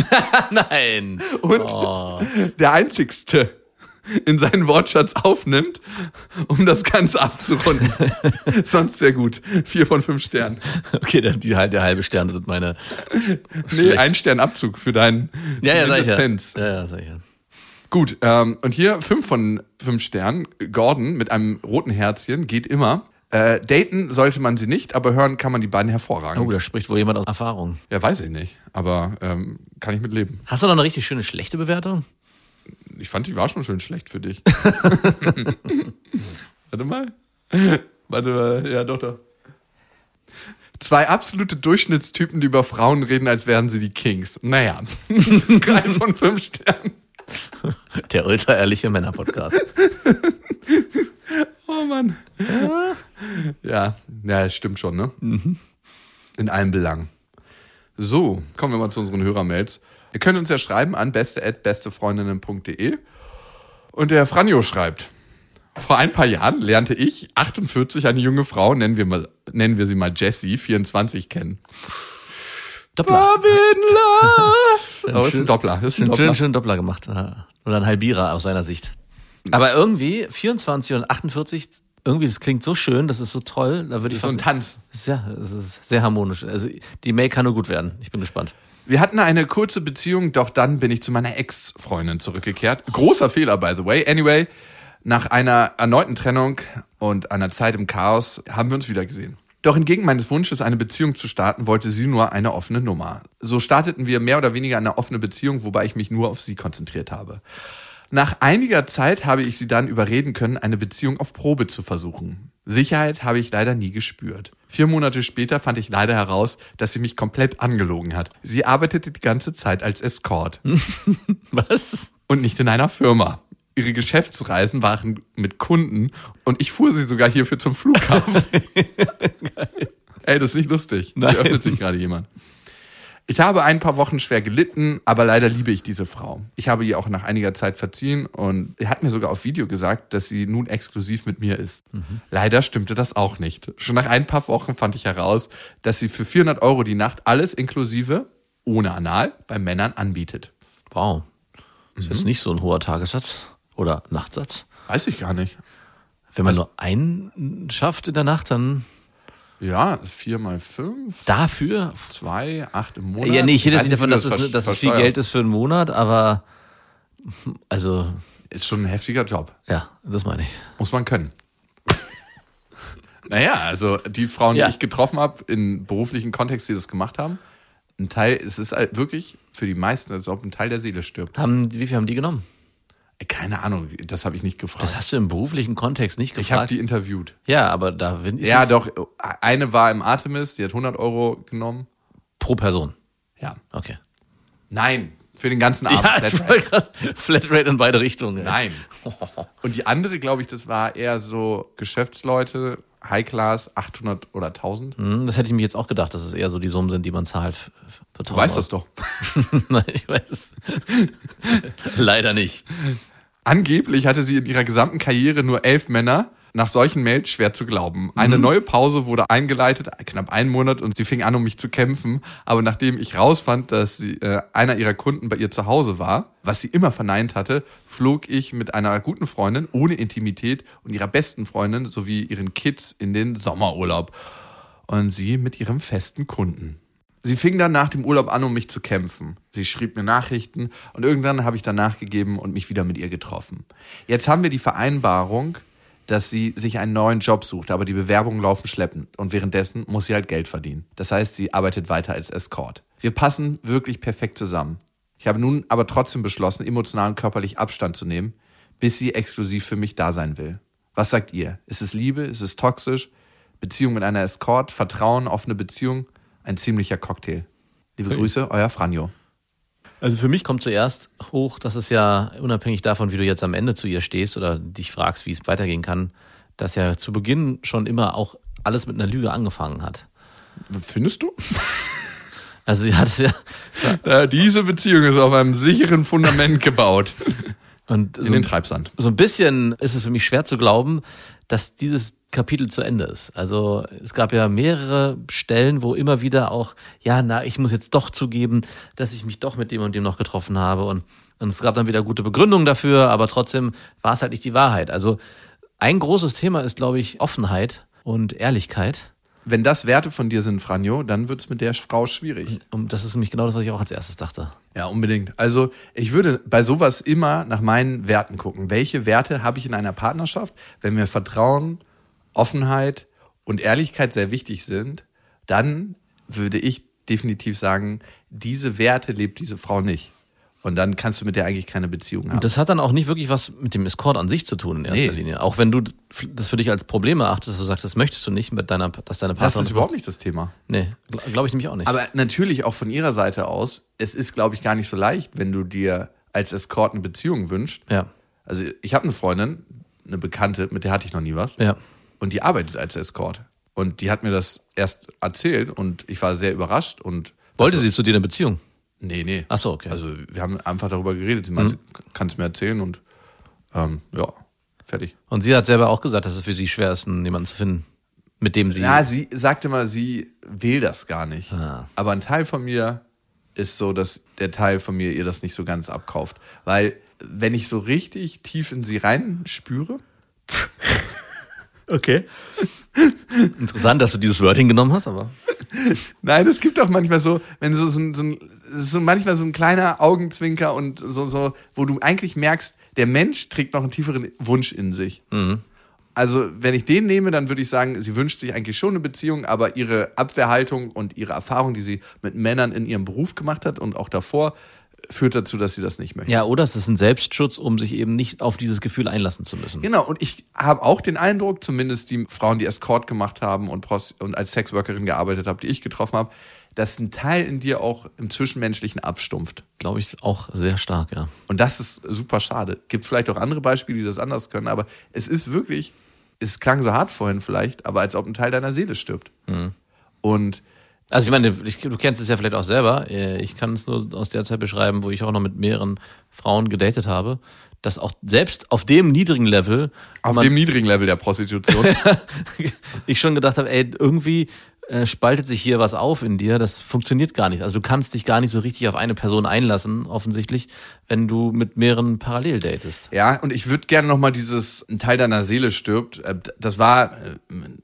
[SPEAKER 4] Nein.
[SPEAKER 3] und der einzigste in seinen Wortschatz aufnimmt, um das Ganze abzurunden. Sonst sehr gut. Vier von fünf Sternen.
[SPEAKER 4] Okay, der, die, der halbe Stern sind meine.
[SPEAKER 3] Nee, ein Stern Abzug für deinen
[SPEAKER 4] Ja, ja, sag ich ja.
[SPEAKER 3] Existenz.
[SPEAKER 4] ja, ja, sag ich ja.
[SPEAKER 3] Gut, ähm, und hier fünf von fünf Sternen. Gordon mit einem roten Herzchen geht immer. Äh, daten sollte man sie nicht, aber hören kann man die beiden hervorragend.
[SPEAKER 4] Oh, da spricht wohl jemand aus Erfahrung.
[SPEAKER 3] Ja, weiß ich nicht, aber ähm, kann ich mit leben.
[SPEAKER 4] Hast du noch eine richtig schöne schlechte Bewertung?
[SPEAKER 3] Ich fand, die war schon schön schlecht für dich. Warte mal. Warte mal. Ja, doch, doch. Zwei absolute Durchschnittstypen, die über Frauen reden, als wären sie die Kings. Naja, drei von fünf Sternen.
[SPEAKER 4] Der ultra ehrliche Männer-Podcast.
[SPEAKER 3] Oh Mann. Ja, ja, es stimmt schon, ne? In allen Belangen. So, kommen wir mal zu unseren Hörermails. Ihr könnt uns ja schreiben an beste@bestefreundinnen.de und der Franjo schreibt: Vor ein paar Jahren lernte ich 48 eine junge Frau, nennen wir mal nennen wir sie mal Jessie, 24 kennen.
[SPEAKER 4] Doppler.
[SPEAKER 3] I'm in love. Oh, ist
[SPEAKER 4] schön-
[SPEAKER 3] ein Doppler, ist ein
[SPEAKER 4] Einen
[SPEAKER 3] Doppler.
[SPEAKER 4] schönen, schönen Doppler gemacht. Ja. Oder ein Halbierer aus seiner Sicht. Aber irgendwie, 24 und 48, irgendwie, das klingt so schön, das ist so toll. Da würde
[SPEAKER 3] Ist
[SPEAKER 4] ich
[SPEAKER 3] so ein
[SPEAKER 4] fast-
[SPEAKER 3] Tanz.
[SPEAKER 4] Das ist ja, das ist sehr harmonisch. Also die Mail kann nur gut werden. Ich bin gespannt.
[SPEAKER 3] Wir hatten eine kurze Beziehung, doch dann bin ich zu meiner Ex-Freundin zurückgekehrt. Großer Fehler, by the way. Anyway, nach einer erneuten Trennung und einer Zeit im Chaos haben wir uns wieder gesehen. Doch entgegen meines Wunsches, eine Beziehung zu starten, wollte sie nur eine offene Nummer. So starteten wir mehr oder weniger eine offene Beziehung, wobei ich mich nur auf sie konzentriert habe. Nach einiger Zeit habe ich sie dann überreden können, eine Beziehung auf Probe zu versuchen. Sicherheit habe ich leider nie gespürt. Vier Monate später fand ich leider heraus, dass sie mich komplett angelogen hat. Sie arbeitete die ganze Zeit als Escort
[SPEAKER 4] Was?
[SPEAKER 3] und nicht in einer Firma. Ihre Geschäftsreisen waren mit Kunden und ich fuhr sie sogar hierfür zum Flughafen. Ey, das ist nicht lustig.
[SPEAKER 4] Nein.
[SPEAKER 3] Hier öffnet sich gerade jemand. Ich habe ein paar Wochen schwer gelitten, aber leider liebe ich diese Frau. Ich habe ihr auch nach einiger Zeit verziehen und er hat mir sogar auf Video gesagt, dass sie nun exklusiv mit mir ist. Leider stimmte das auch nicht. Schon nach ein paar Wochen fand ich heraus, dass sie für 400 Euro die Nacht alles inklusive, ohne Anal, bei Männern anbietet.
[SPEAKER 4] Wow. Das ist jetzt nicht so ein hoher Tagessatz oder Nachtsatz.
[SPEAKER 3] Weiß ich gar nicht.
[SPEAKER 4] Wenn man nur einen schafft in der Nacht, dann
[SPEAKER 3] Ja, vier mal fünf,
[SPEAKER 4] dafür.
[SPEAKER 3] zwei, acht im Monat.
[SPEAKER 4] Ja, nee, ich rede
[SPEAKER 3] weiß
[SPEAKER 4] jetzt nicht davon,
[SPEAKER 3] wie
[SPEAKER 4] dass
[SPEAKER 3] du
[SPEAKER 4] es, ne,
[SPEAKER 3] versch-
[SPEAKER 4] dass es viel
[SPEAKER 3] versteuerst.
[SPEAKER 4] Geld ist für einen Monat, aber also,
[SPEAKER 3] Ist schon ein heftiger Job.
[SPEAKER 4] ja, das meine ich.
[SPEAKER 3] Muss man können. naja, also die Frauen,
[SPEAKER 4] Ja.
[SPEAKER 3] die ich getroffen habe, in beruflichen Kontext, die das gemacht haben, ein Teil, es ist halt wirklich für die meisten, als ob ein Teil der Seele stirbt.
[SPEAKER 4] Haben, wie viel haben die genommen?
[SPEAKER 3] Keine Ahnung, das habe ich nicht
[SPEAKER 4] Das
[SPEAKER 3] gefragt.
[SPEAKER 4] hast du im beruflichen Kontext nicht
[SPEAKER 3] Ich habe
[SPEAKER 4] gefragt.
[SPEAKER 3] die interviewt.
[SPEAKER 4] ja, aber da bin ich
[SPEAKER 3] Ja,
[SPEAKER 4] nicht-
[SPEAKER 3] doch, eine war im Artemis, die hat 100 Euro genommen.
[SPEAKER 4] pro Person.
[SPEAKER 3] Ja.
[SPEAKER 4] Okay. Ah,
[SPEAKER 3] Nein, für den ganzen Abend.
[SPEAKER 4] Ja,
[SPEAKER 3] Flatrate.
[SPEAKER 4] ich wollte gerade Flatrate in beide Richtungen. ey.
[SPEAKER 3] Nein. Und die andere, glaube ich, das war eher so Geschäftsleute, High Class, 800 oder 1000.
[SPEAKER 4] Hm, Das hätte ich mir jetzt auch gedacht, dass es eher so die Summen sind, die man zahlt. f- f- So
[SPEAKER 3] Du weißt das doch.
[SPEAKER 4] Nein, ich weiß. es. Leider nicht.
[SPEAKER 3] Angeblich hatte sie in ihrer gesamten Karriere nur elf Männer. Nach solchen Mails schwer zu glauben. Eine neue Pause wurde eingeleitet, knapp einen Monat, und sie fing an, um mich zu kämpfen. Aber nachdem ich rausfand, dass sie, äh, einer ihrer Kunden bei ihr zu Hause war, was sie immer verneint hatte, flog ich mit einer guten Freundin ohne Intimität und ihrer besten Freundin sowie ihren Kids in den Sommerurlaub. und sie mit ihrem festen Kunden. Sie fing dann nach dem Urlaub an, um mich zu kämpfen. Sie schrieb mir Nachrichten und irgendwann habe ich dann nachgegeben und mich wieder mit ihr getroffen. Jetzt haben wir die Vereinbarung, dass sie sich einen neuen Job sucht, aber die Bewerbungen laufen schleppend und währenddessen muss sie halt Geld verdienen. Das heißt, sie arbeitet weiter als Escort. Wir passen wirklich perfekt zusammen. Ich habe nun aber trotzdem beschlossen, emotional und körperlich Abstand zu nehmen, bis sie exklusiv für mich da sein will. Was sagt ihr? Ist es Liebe? Ist es toxisch? Beziehung mit einer Escort, Vertrauen, offene Beziehung, ein ziemlicher Cocktail. Liebe Grüße, euer Franjo.
[SPEAKER 4] Also für mich kommt zuerst hoch, dass es ja unabhängig davon, wie du jetzt am Ende zu ihr stehst oder dich fragst, wie es weitergehen kann, dass ja zu Beginn schon immer auch alles mit einer Lüge angefangen hat.
[SPEAKER 3] Findest du? Äh,
[SPEAKER 4] Also sie hat ja
[SPEAKER 3] diese Beziehung ist auf einem sicheren Fundament gebaut.
[SPEAKER 4] und
[SPEAKER 3] In den Treibsand.
[SPEAKER 4] so ein bisschen ist es für mich schwer zu glauben, dass dieses Kapitel zu Ende ist. Also es gab ja mehrere Stellen, wo immer wieder auch, ja, na, ich muss jetzt doch zugeben, dass ich mich doch mit dem und dem noch getroffen habe und Und es gab dann wieder gute Begründungen dafür, aber trotzdem war es halt nicht die Wahrheit. Also ein großes Thema ist, glaube ich, Offenheit und Ehrlichkeit.
[SPEAKER 3] Wenn das Werte von dir sind, Franjo, dann wird's mit der Frau schwierig.
[SPEAKER 4] Und das ist nämlich genau das, was ich auch als erstes dachte.
[SPEAKER 3] Ja, unbedingt. Also ich würde bei sowas immer nach meinen Werten gucken. Welche Werte habe ich in einer Partnerschaft? Wenn mir Vertrauen, Offenheit und Ehrlichkeit sehr wichtig sind, dann würde ich definitiv sagen, diese Werte lebt diese Frau nicht. Und dann kannst du mit der eigentlich keine Beziehung haben.
[SPEAKER 4] Und das hat dann auch nicht wirklich was mit dem Escort an sich zu tun in erster
[SPEAKER 3] Nee.
[SPEAKER 4] Linie. Auch wenn du das für dich als Problem erachtest, dass du sagst, das möchtest du nicht mit deiner, dass deine
[SPEAKER 3] das
[SPEAKER 4] Partnerin.
[SPEAKER 3] ist überhaupt nicht das Thema.
[SPEAKER 4] Nee, gl- glaube ich nämlich auch nicht.
[SPEAKER 3] Aber natürlich auch von ihrer Seite aus, es ist, glaube ich, gar nicht so leicht, wenn du dir als Escort eine Beziehung wünschst.
[SPEAKER 4] ja,
[SPEAKER 3] Also ich habe eine Freundin, eine Bekannte, mit der hatte ich noch nie was.
[SPEAKER 4] ja.
[SPEAKER 3] Und die arbeitet als Escort. Und die hat mir das erst erzählt und ich war sehr überrascht und
[SPEAKER 4] Wollte sie zu dir eine Beziehung?
[SPEAKER 3] nee, nee.
[SPEAKER 4] Ach so, okay. Mhm.
[SPEAKER 3] Also wir haben einfach darüber geredet. Sie meinte, kannst du mir erzählen und ähm, ja, fertig.
[SPEAKER 4] Und sie hat selber auch gesagt, dass es für sie schwer ist, einen- jemanden zu finden, mit dem sie.
[SPEAKER 3] Ja, sie sagte mal, sie will das gar nicht.
[SPEAKER 4] Ah.
[SPEAKER 3] Aber ein Teil von mir ist so, dass der Teil von mir ihr das nicht so ganz abkauft. Weil, wenn ich so richtig tief in sie rein spüre,
[SPEAKER 4] okay. Interessant, dass du dieses Wording genommen hast, aber.
[SPEAKER 3] Nein, es gibt doch manchmal so, wenn so, so, ein- so, ein- so manchmal so ein kleiner Augenzwinker und so, so, wo du eigentlich merkst, der Mensch trägt noch einen tieferen Wunsch in sich. Also, wenn ich den nehme, dann würde ich sagen, sie wünscht sich eigentlich schon eine Beziehung, aber ihre Abwehrhaltung und ihre Erfahrung, die sie mit Männern in ihrem Beruf gemacht hat und auch davor, führt dazu, dass sie das nicht möchte.
[SPEAKER 4] Ja, oder es ist ein Selbstschutz, um sich eben nicht auf dieses Gefühl einlassen zu müssen.
[SPEAKER 3] Genau, und ich habe auch den Eindruck, zumindest die Frauen, die Escort gemacht haben und, Prost und als Sexworkerin gearbeitet habe, die ich getroffen habe, dass ein Teil in dir auch im Zwischenmenschlichen abstumpft.
[SPEAKER 4] Glaube ich auch sehr stark, ja.
[SPEAKER 3] Und das ist super schade. Gibt vielleicht auch andere Beispiele, die das anders können, aber es ist wirklich, es klang so hart vorhin vielleicht, aber als ob ein Teil deiner Seele stirbt. Und
[SPEAKER 4] Also ich meine, ich, du kennst es ja vielleicht auch selber. Äh, Ich kann es nur aus der Zeit beschreiben, wo ich auch noch mit mehreren Frauen gedatet habe, dass auch selbst auf dem niedrigen Level
[SPEAKER 3] auf
[SPEAKER 4] man-
[SPEAKER 3] dem niedrigen Level der Prostitution.
[SPEAKER 4] ich schon gedacht habe, ey, irgendwie äh, spaltet sich hier was auf in dir, das funktioniert gar nicht. Also du kannst dich gar nicht so richtig auf eine Person einlassen, offensichtlich, wenn du mit mehreren parallel datest.
[SPEAKER 3] Ja, und ich würde gerne nochmal dieses ein Teil deiner Seele stirbt. äh, d- Das war, äh,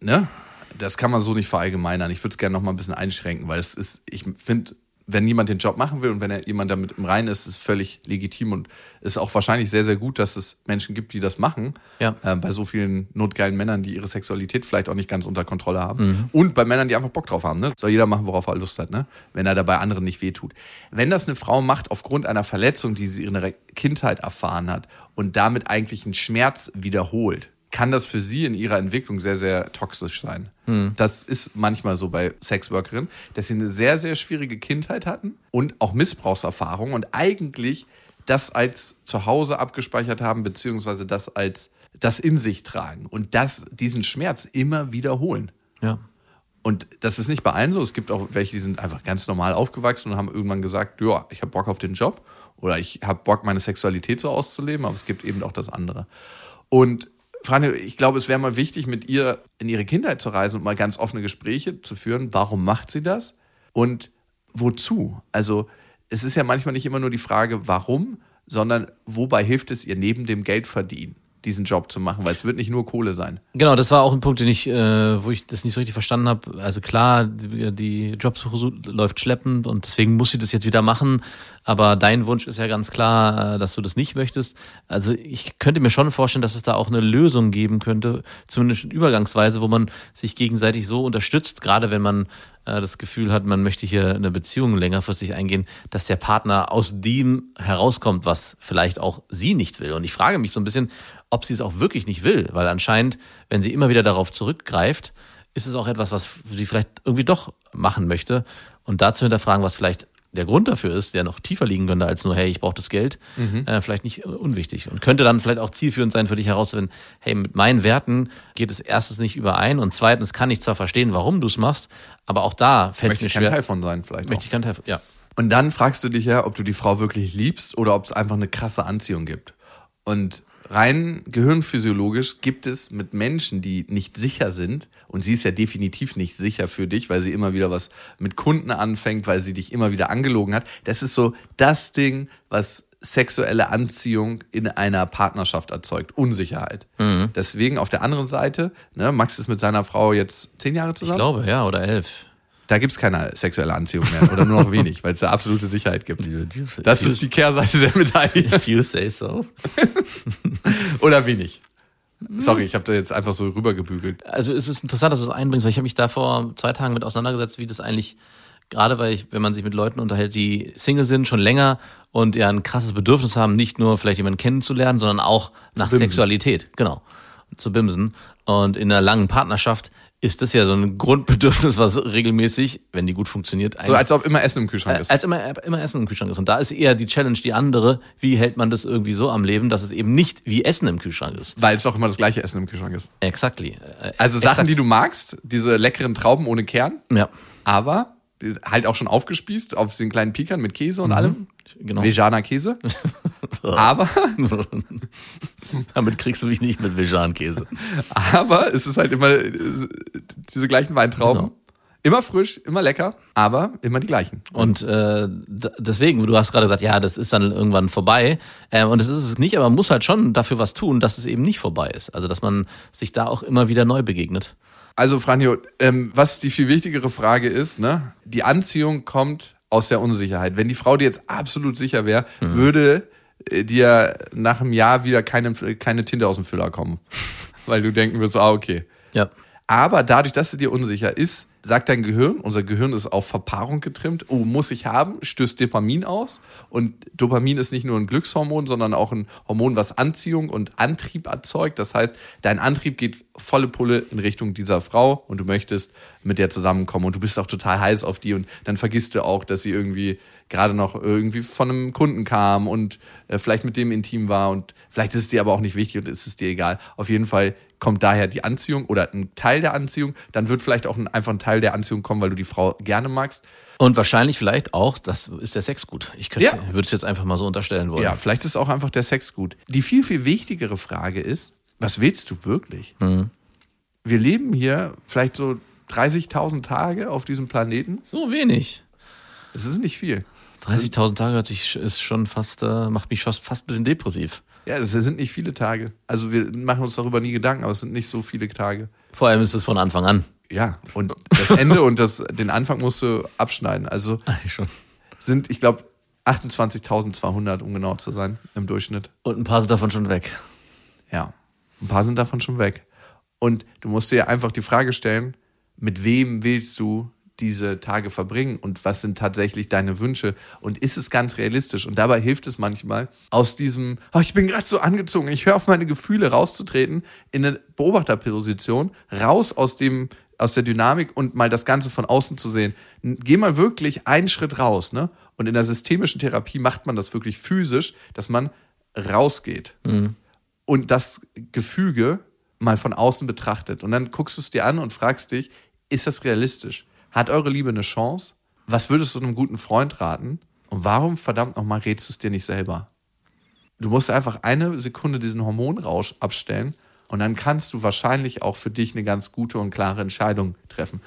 [SPEAKER 3] ne? Das kann man so nicht verallgemeinern. Ich würde es gerne nochmal ein bisschen einschränken, weil es ist, ich finde, wenn jemand den Job machen will und wenn er jemand damit im Reinen ist, ist es völlig legitim und ist auch wahrscheinlich sehr, sehr gut, dass es Menschen gibt, die das machen.
[SPEAKER 4] Ja.
[SPEAKER 3] Äh, bei so vielen notgeilen Männern, die ihre Sexualität vielleicht auch nicht ganz unter Kontrolle haben. Und bei Männern, die einfach Bock drauf haben. Ne? Soll jeder machen, worauf er Lust hat, ne? wenn er dabei anderen nicht wehtut. Wenn das eine Frau macht aufgrund einer Verletzung, die sie in ihrer Kindheit erfahren hat und damit eigentlich einen Schmerz wiederholt, kann das für sie in ihrer Entwicklung sehr, sehr toxisch sein. Das ist manchmal so bei Sexworkerinnen, dass sie eine sehr, sehr schwierige Kindheit hatten und auch Missbrauchserfahrungen und eigentlich das als zu Hause abgespeichert haben, beziehungsweise das als das in sich tragen und das, diesen Schmerz immer wiederholen.
[SPEAKER 4] Ja.
[SPEAKER 3] Und das ist nicht bei allen so. Es gibt auch welche, die sind einfach ganz normal aufgewachsen und haben irgendwann gesagt, ja, ich habe Bock auf den Job oder ich habe Bock, meine Sexualität so auszuleben, aber es gibt eben auch das andere. Und Franjo, ich glaube, es wäre mal wichtig, mit ihr in ihre Kindheit zu reisen und mal ganz offene Gespräche zu führen. Warum macht sie das? Und wozu? Also es ist ja manchmal nicht immer nur die Frage, warum, sondern wobei hilft es ihr neben dem Geld verdienen, diesen Job zu machen, weil es wird nicht nur Kohle sein.
[SPEAKER 4] Genau, das war auch ein Punkt, den ich, äh, wo ich das nicht so richtig verstanden habe. Also klar, die, die Jobsuche so- läuft schleppend und deswegen muss sie das jetzt wieder machen. Aber dein Wunsch ist ja ganz klar, äh, dass du das nicht möchtest. Also ich könnte mir schon vorstellen, dass es da auch eine Lösung geben könnte, zumindest übergangsweise, wo man sich gegenseitig so unterstützt, gerade wenn man äh, das Gefühl hat, man möchte hier eine Beziehung längerfristig eingehen, dass der Partner aus dem herauskommt, was vielleicht auch sie nicht will. Und ich frage mich so ein bisschen, ob sie es auch wirklich nicht will, weil anscheinend, wenn sie immer wieder darauf zurückgreift, ist es auch etwas, was sie vielleicht irgendwie doch machen möchte. Und dazu hinterfragen, was vielleicht der Grund dafür ist, der noch tiefer liegen könnte als nur, hey, ich brauche das Geld,
[SPEAKER 3] Mhm.
[SPEAKER 4] äh, vielleicht nicht unwichtig. Und könnte dann vielleicht auch zielführend sein für dich herauszufinden, hey, mit meinen Werten geht es erstens nicht überein und zweitens kann ich zwar verstehen, warum du es machst, aber auch da fällt es
[SPEAKER 3] Möchte
[SPEAKER 4] mir
[SPEAKER 3] ich kein
[SPEAKER 4] schwer.
[SPEAKER 3] Teil von sein, vielleicht. auch.
[SPEAKER 4] Möchte ich keinen Teil. Ja.
[SPEAKER 3] Und dann fragst du dich ja, ob du die Frau wirklich liebst oder ob es einfach eine krasse Anziehung gibt. Und rein gehirnphysiologisch gibt es mit Menschen, die nicht sicher sind, und sie ist ja definitiv nicht sicher für dich, weil sie immer wieder was mit Kunden anfängt, weil sie dich immer wieder angelogen hat. Das ist so das Ding, was sexuelle Anziehung in einer Partnerschaft erzeugt. Unsicherheit.
[SPEAKER 4] Mhm.
[SPEAKER 3] Deswegen auf der anderen Seite, ne, Max ist mit seiner Frau jetzt zehn Jahre
[SPEAKER 4] Ich
[SPEAKER 3] zusammen.
[SPEAKER 4] glaube, ja, oder elf.
[SPEAKER 3] da gibt es keine sexuelle Anziehung mehr oder nur noch wenig, weil es da absolute Sicherheit gibt. Das ist die Kehrseite der Medaille.
[SPEAKER 4] If you say so.
[SPEAKER 3] Oder wenig. Sorry, ich habe da jetzt einfach so rübergebügelt.
[SPEAKER 4] Also es ist interessant, dass du es einbringst, weil ich habe mich da vor zwei Tagen mit auseinandergesetzt, wie das eigentlich, gerade weil ich, wenn man sich mit Leuten unterhält, die Single sind, schon länger und ja ein krasses Bedürfnis haben, nicht nur vielleicht jemanden kennenzulernen, sondern auch nach
[SPEAKER 3] bimsen.
[SPEAKER 4] Sexualität, genau, zu bimsen. Und in einer langen Partnerschaft ist das ja so ein Grundbedürfnis, was regelmäßig, wenn die gut funktioniert,
[SPEAKER 3] So als ob immer Essen im Kühlschrank ist.
[SPEAKER 4] als immer, immer Essen im Kühlschrank ist. Und da ist eher die Challenge die andere, wie hält man das irgendwie so am Leben, dass es eben nicht wie Essen im Kühlschrank ist.
[SPEAKER 3] Weil es auch immer das gleiche Essen im Kühlschrank ist.
[SPEAKER 4] Exactly. Äh,
[SPEAKER 3] Also
[SPEAKER 4] exakt.
[SPEAKER 3] Sachen, die du magst, diese leckeren Trauben ohne Kern,
[SPEAKER 4] Ja,
[SPEAKER 3] aber die- halt auch schon aufgespießt auf den kleinen Pikern mit Käse und allem.
[SPEAKER 4] genau.
[SPEAKER 3] Veganer Käse. aber,
[SPEAKER 4] Damit kriegst du mich nicht mit Vegan-Käse.
[SPEAKER 3] aber es ist halt immer äh, diese gleichen Weintrauben.
[SPEAKER 4] Genau.
[SPEAKER 3] Immer frisch, immer lecker, aber immer die gleichen.
[SPEAKER 4] Und äh, d- deswegen, du hast gerade gesagt, ja, das ist dann irgendwann vorbei. Ähm, und das ist es nicht, aber man muss halt schon dafür was tun, dass es eben nicht vorbei ist. Also, dass man sich da auch immer wieder neu begegnet.
[SPEAKER 3] Also, Franjo, ähm, was die viel wichtigere Frage ist, ne? Die Anziehung kommt aus der Unsicherheit. Wenn die Frau dir jetzt absolut sicher wäre, würde äh, dir nach einem Jahr wieder keine, keine Tinte aus dem Füller kommen. Weil du denken würdest, ah, okay.
[SPEAKER 4] Ja.
[SPEAKER 3] Aber dadurch, dass sie dir unsicher ist, sagt dein Gehirn, unser Gehirn ist auf Verpaarung getrimmt, oh, muss ich haben, stößt Dopamin aus. Und Dopamin ist nicht nur ein Glückshormon, sondern auch ein Hormon, was Anziehung und Antrieb erzeugt. Das heißt, dein Antrieb geht volle Pulle in Richtung dieser Frau und du möchtest mit der zusammenkommen und du bist auch total heiß auf die und dann vergisst du auch, dass sie irgendwie gerade noch irgendwie von einem Kunden kam und äh, vielleicht mit dem intim war und vielleicht ist es dir aber auch nicht wichtig und ist es dir egal. Auf jeden Fall kommt daher die Anziehung oder ein Teil der Anziehung. Dann wird vielleicht auch ein, einfach ein Teil der Anziehung kommen, weil du die Frau gerne magst.
[SPEAKER 4] Und wahrscheinlich vielleicht auch, das ist der Sex gut. Ich könnte,
[SPEAKER 3] Ja.
[SPEAKER 4] würde es jetzt einfach mal so unterstellen wollen.
[SPEAKER 3] Ja, vielleicht ist auch einfach der Sex gut. Die viel, viel wichtigere Frage ist, was willst du wirklich? Wir leben hier vielleicht so 30.000 Tage auf diesem Planeten.
[SPEAKER 4] So wenig.
[SPEAKER 3] Das ist nicht viel.
[SPEAKER 4] 30.000 Tage hört sich ist schon fast äh, macht mich fast fast ein bisschen depressiv.
[SPEAKER 3] Ja, es sind nicht viele Tage. Also wir machen uns darüber nie Gedanken, aber es sind nicht so viele Tage.
[SPEAKER 4] Vor allem ist es von Anfang an.
[SPEAKER 3] Ja, und das Ende und das, den Anfang musst du abschneiden. Also
[SPEAKER 4] Eigentlich schon.
[SPEAKER 3] sind, ich glaube, 28.200, um genau zu sein, im Durchschnitt.
[SPEAKER 4] Und ein paar sind davon schon weg.
[SPEAKER 3] Ja. Ein paar sind davon schon weg. Und du musst dir einfach die Frage stellen, mit wem willst du diese Tage verbringen und was sind tatsächlich deine Wünsche und ist es ganz realistisch? Und dabei hilft es manchmal, aus diesem, oh, ich bin gerade so angezogen, ich höre auf meine Gefühle rauszutreten, in eine Beobachterposition, raus aus dem aus der Dynamik und mal das Ganze von außen zu sehen. N- Geh mal wirklich einen Schritt raus, ne? Und in der systemischen Therapie macht man das wirklich physisch, dass man rausgeht und das Gefüge mal von außen betrachtet. Und dann guckst du es dir an und fragst dich, ist das realistisch? Hat eure Liebe eine Chance? Was würdest du einem guten Freund raten? Und warum verdammt nochmal rätst du es dir nicht selber? Du musst einfach eine Sekunde diesen Hormonrausch abstellen und dann kannst du wahrscheinlich auch für dich eine ganz gute und klare Entscheidung treffen.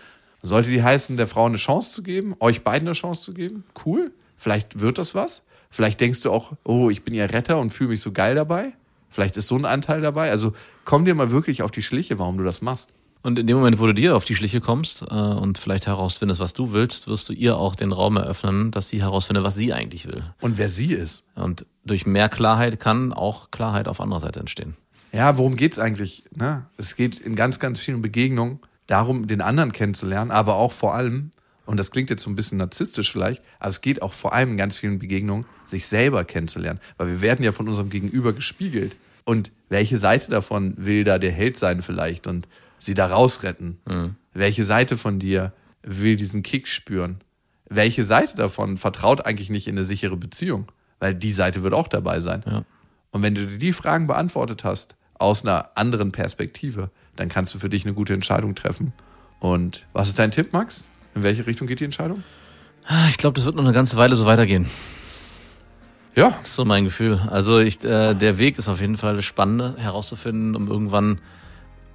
[SPEAKER 3] Sollte die heißen, der Frau eine Chance zu geben, euch beiden eine Chance zu geben, cool. Vielleicht wird das was. Vielleicht denkst du auch, oh, ich bin ihr Retter und fühle mich so geil dabei. Vielleicht ist so ein Anteil dabei. Also komm dir mal wirklich auf die Schliche, warum du das machst.
[SPEAKER 4] Und in dem Moment, wo du dir auf die Schliche kommst äh, und vielleicht herausfindest, was du willst, wirst du ihr auch den Raum eröffnen, dass sie herausfindet, was sie eigentlich will.
[SPEAKER 3] Und wer sie ist.
[SPEAKER 4] Und durch mehr Klarheit kann auch Klarheit auf anderer Seite entstehen.
[SPEAKER 3] Ja, worum geht's eigentlich? Ne? Es geht in ganz, ganz vielen Begegnungen darum, den anderen kennenzulernen, aber auch vor allem, und das klingt jetzt so ein bisschen narzisstisch vielleicht, aber es geht auch vor allem in ganz vielen Begegnungen, sich selber kennenzulernen. Weil wir werden ja von unserem Gegenüber gespiegelt. Und welche Seite davon will da der Held sein vielleicht und sie da rausretten? Welche Seite von dir will diesen Kick spüren? Welche Seite davon vertraut eigentlich nicht in eine sichere Beziehung? Weil die Seite wird auch dabei sein.
[SPEAKER 4] Ja.
[SPEAKER 3] Und wenn du dir die Fragen beantwortet hast, aus einer anderen Perspektive, dann kannst du für dich eine gute Entscheidung treffen. Und was ist dein Tipp, Max? In welche Richtung geht die Entscheidung?
[SPEAKER 4] Ah, Ich glaube, das wird noch eine ganze Weile so weitergehen.
[SPEAKER 3] Ja,
[SPEAKER 4] Das ist so mein Gefühl. Also ich, äh, der Weg ist auf jeden Fall das Spannende herauszufinden, um irgendwann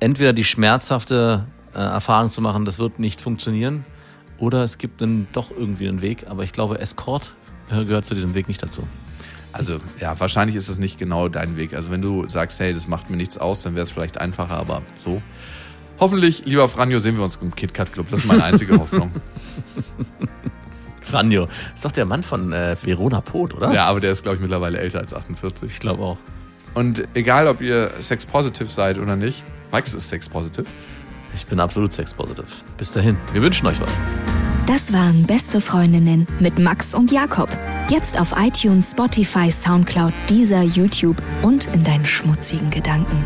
[SPEAKER 4] entweder die schmerzhafte äh, Erfahrung zu machen, das wird nicht funktionieren, oder es gibt dann doch irgendwie einen Weg. Aber ich glaube, Escort äh, gehört zu diesem Weg nicht dazu.
[SPEAKER 3] Also ja, wahrscheinlich ist es nicht genau dein Weg. Also wenn du sagst, hey, das macht mir nichts aus, dann wäre es vielleicht einfacher, aber so. Hoffentlich, lieber Franjo, sehen wir uns im KitKat Club. Das ist meine einzige Hoffnung.
[SPEAKER 4] Franjo. Ist doch der Mann von äh, Verona Pot, oder?
[SPEAKER 3] Ja, aber der ist, glaube ich, mittlerweile älter als 48.
[SPEAKER 4] Ich glaube auch.
[SPEAKER 3] Und egal, ob ihr sex positive seid oder nicht, Max ist sex positive.
[SPEAKER 4] Ich bin absolut sexpositiv. Bis dahin. Wir wünschen euch was.
[SPEAKER 1] Das waren Beste Freundinnen mit Max und Jakob. Jetzt auf iTunes, Spotify, Soundcloud, Deezer, YouTube und in deinen schmutzigen Gedanken.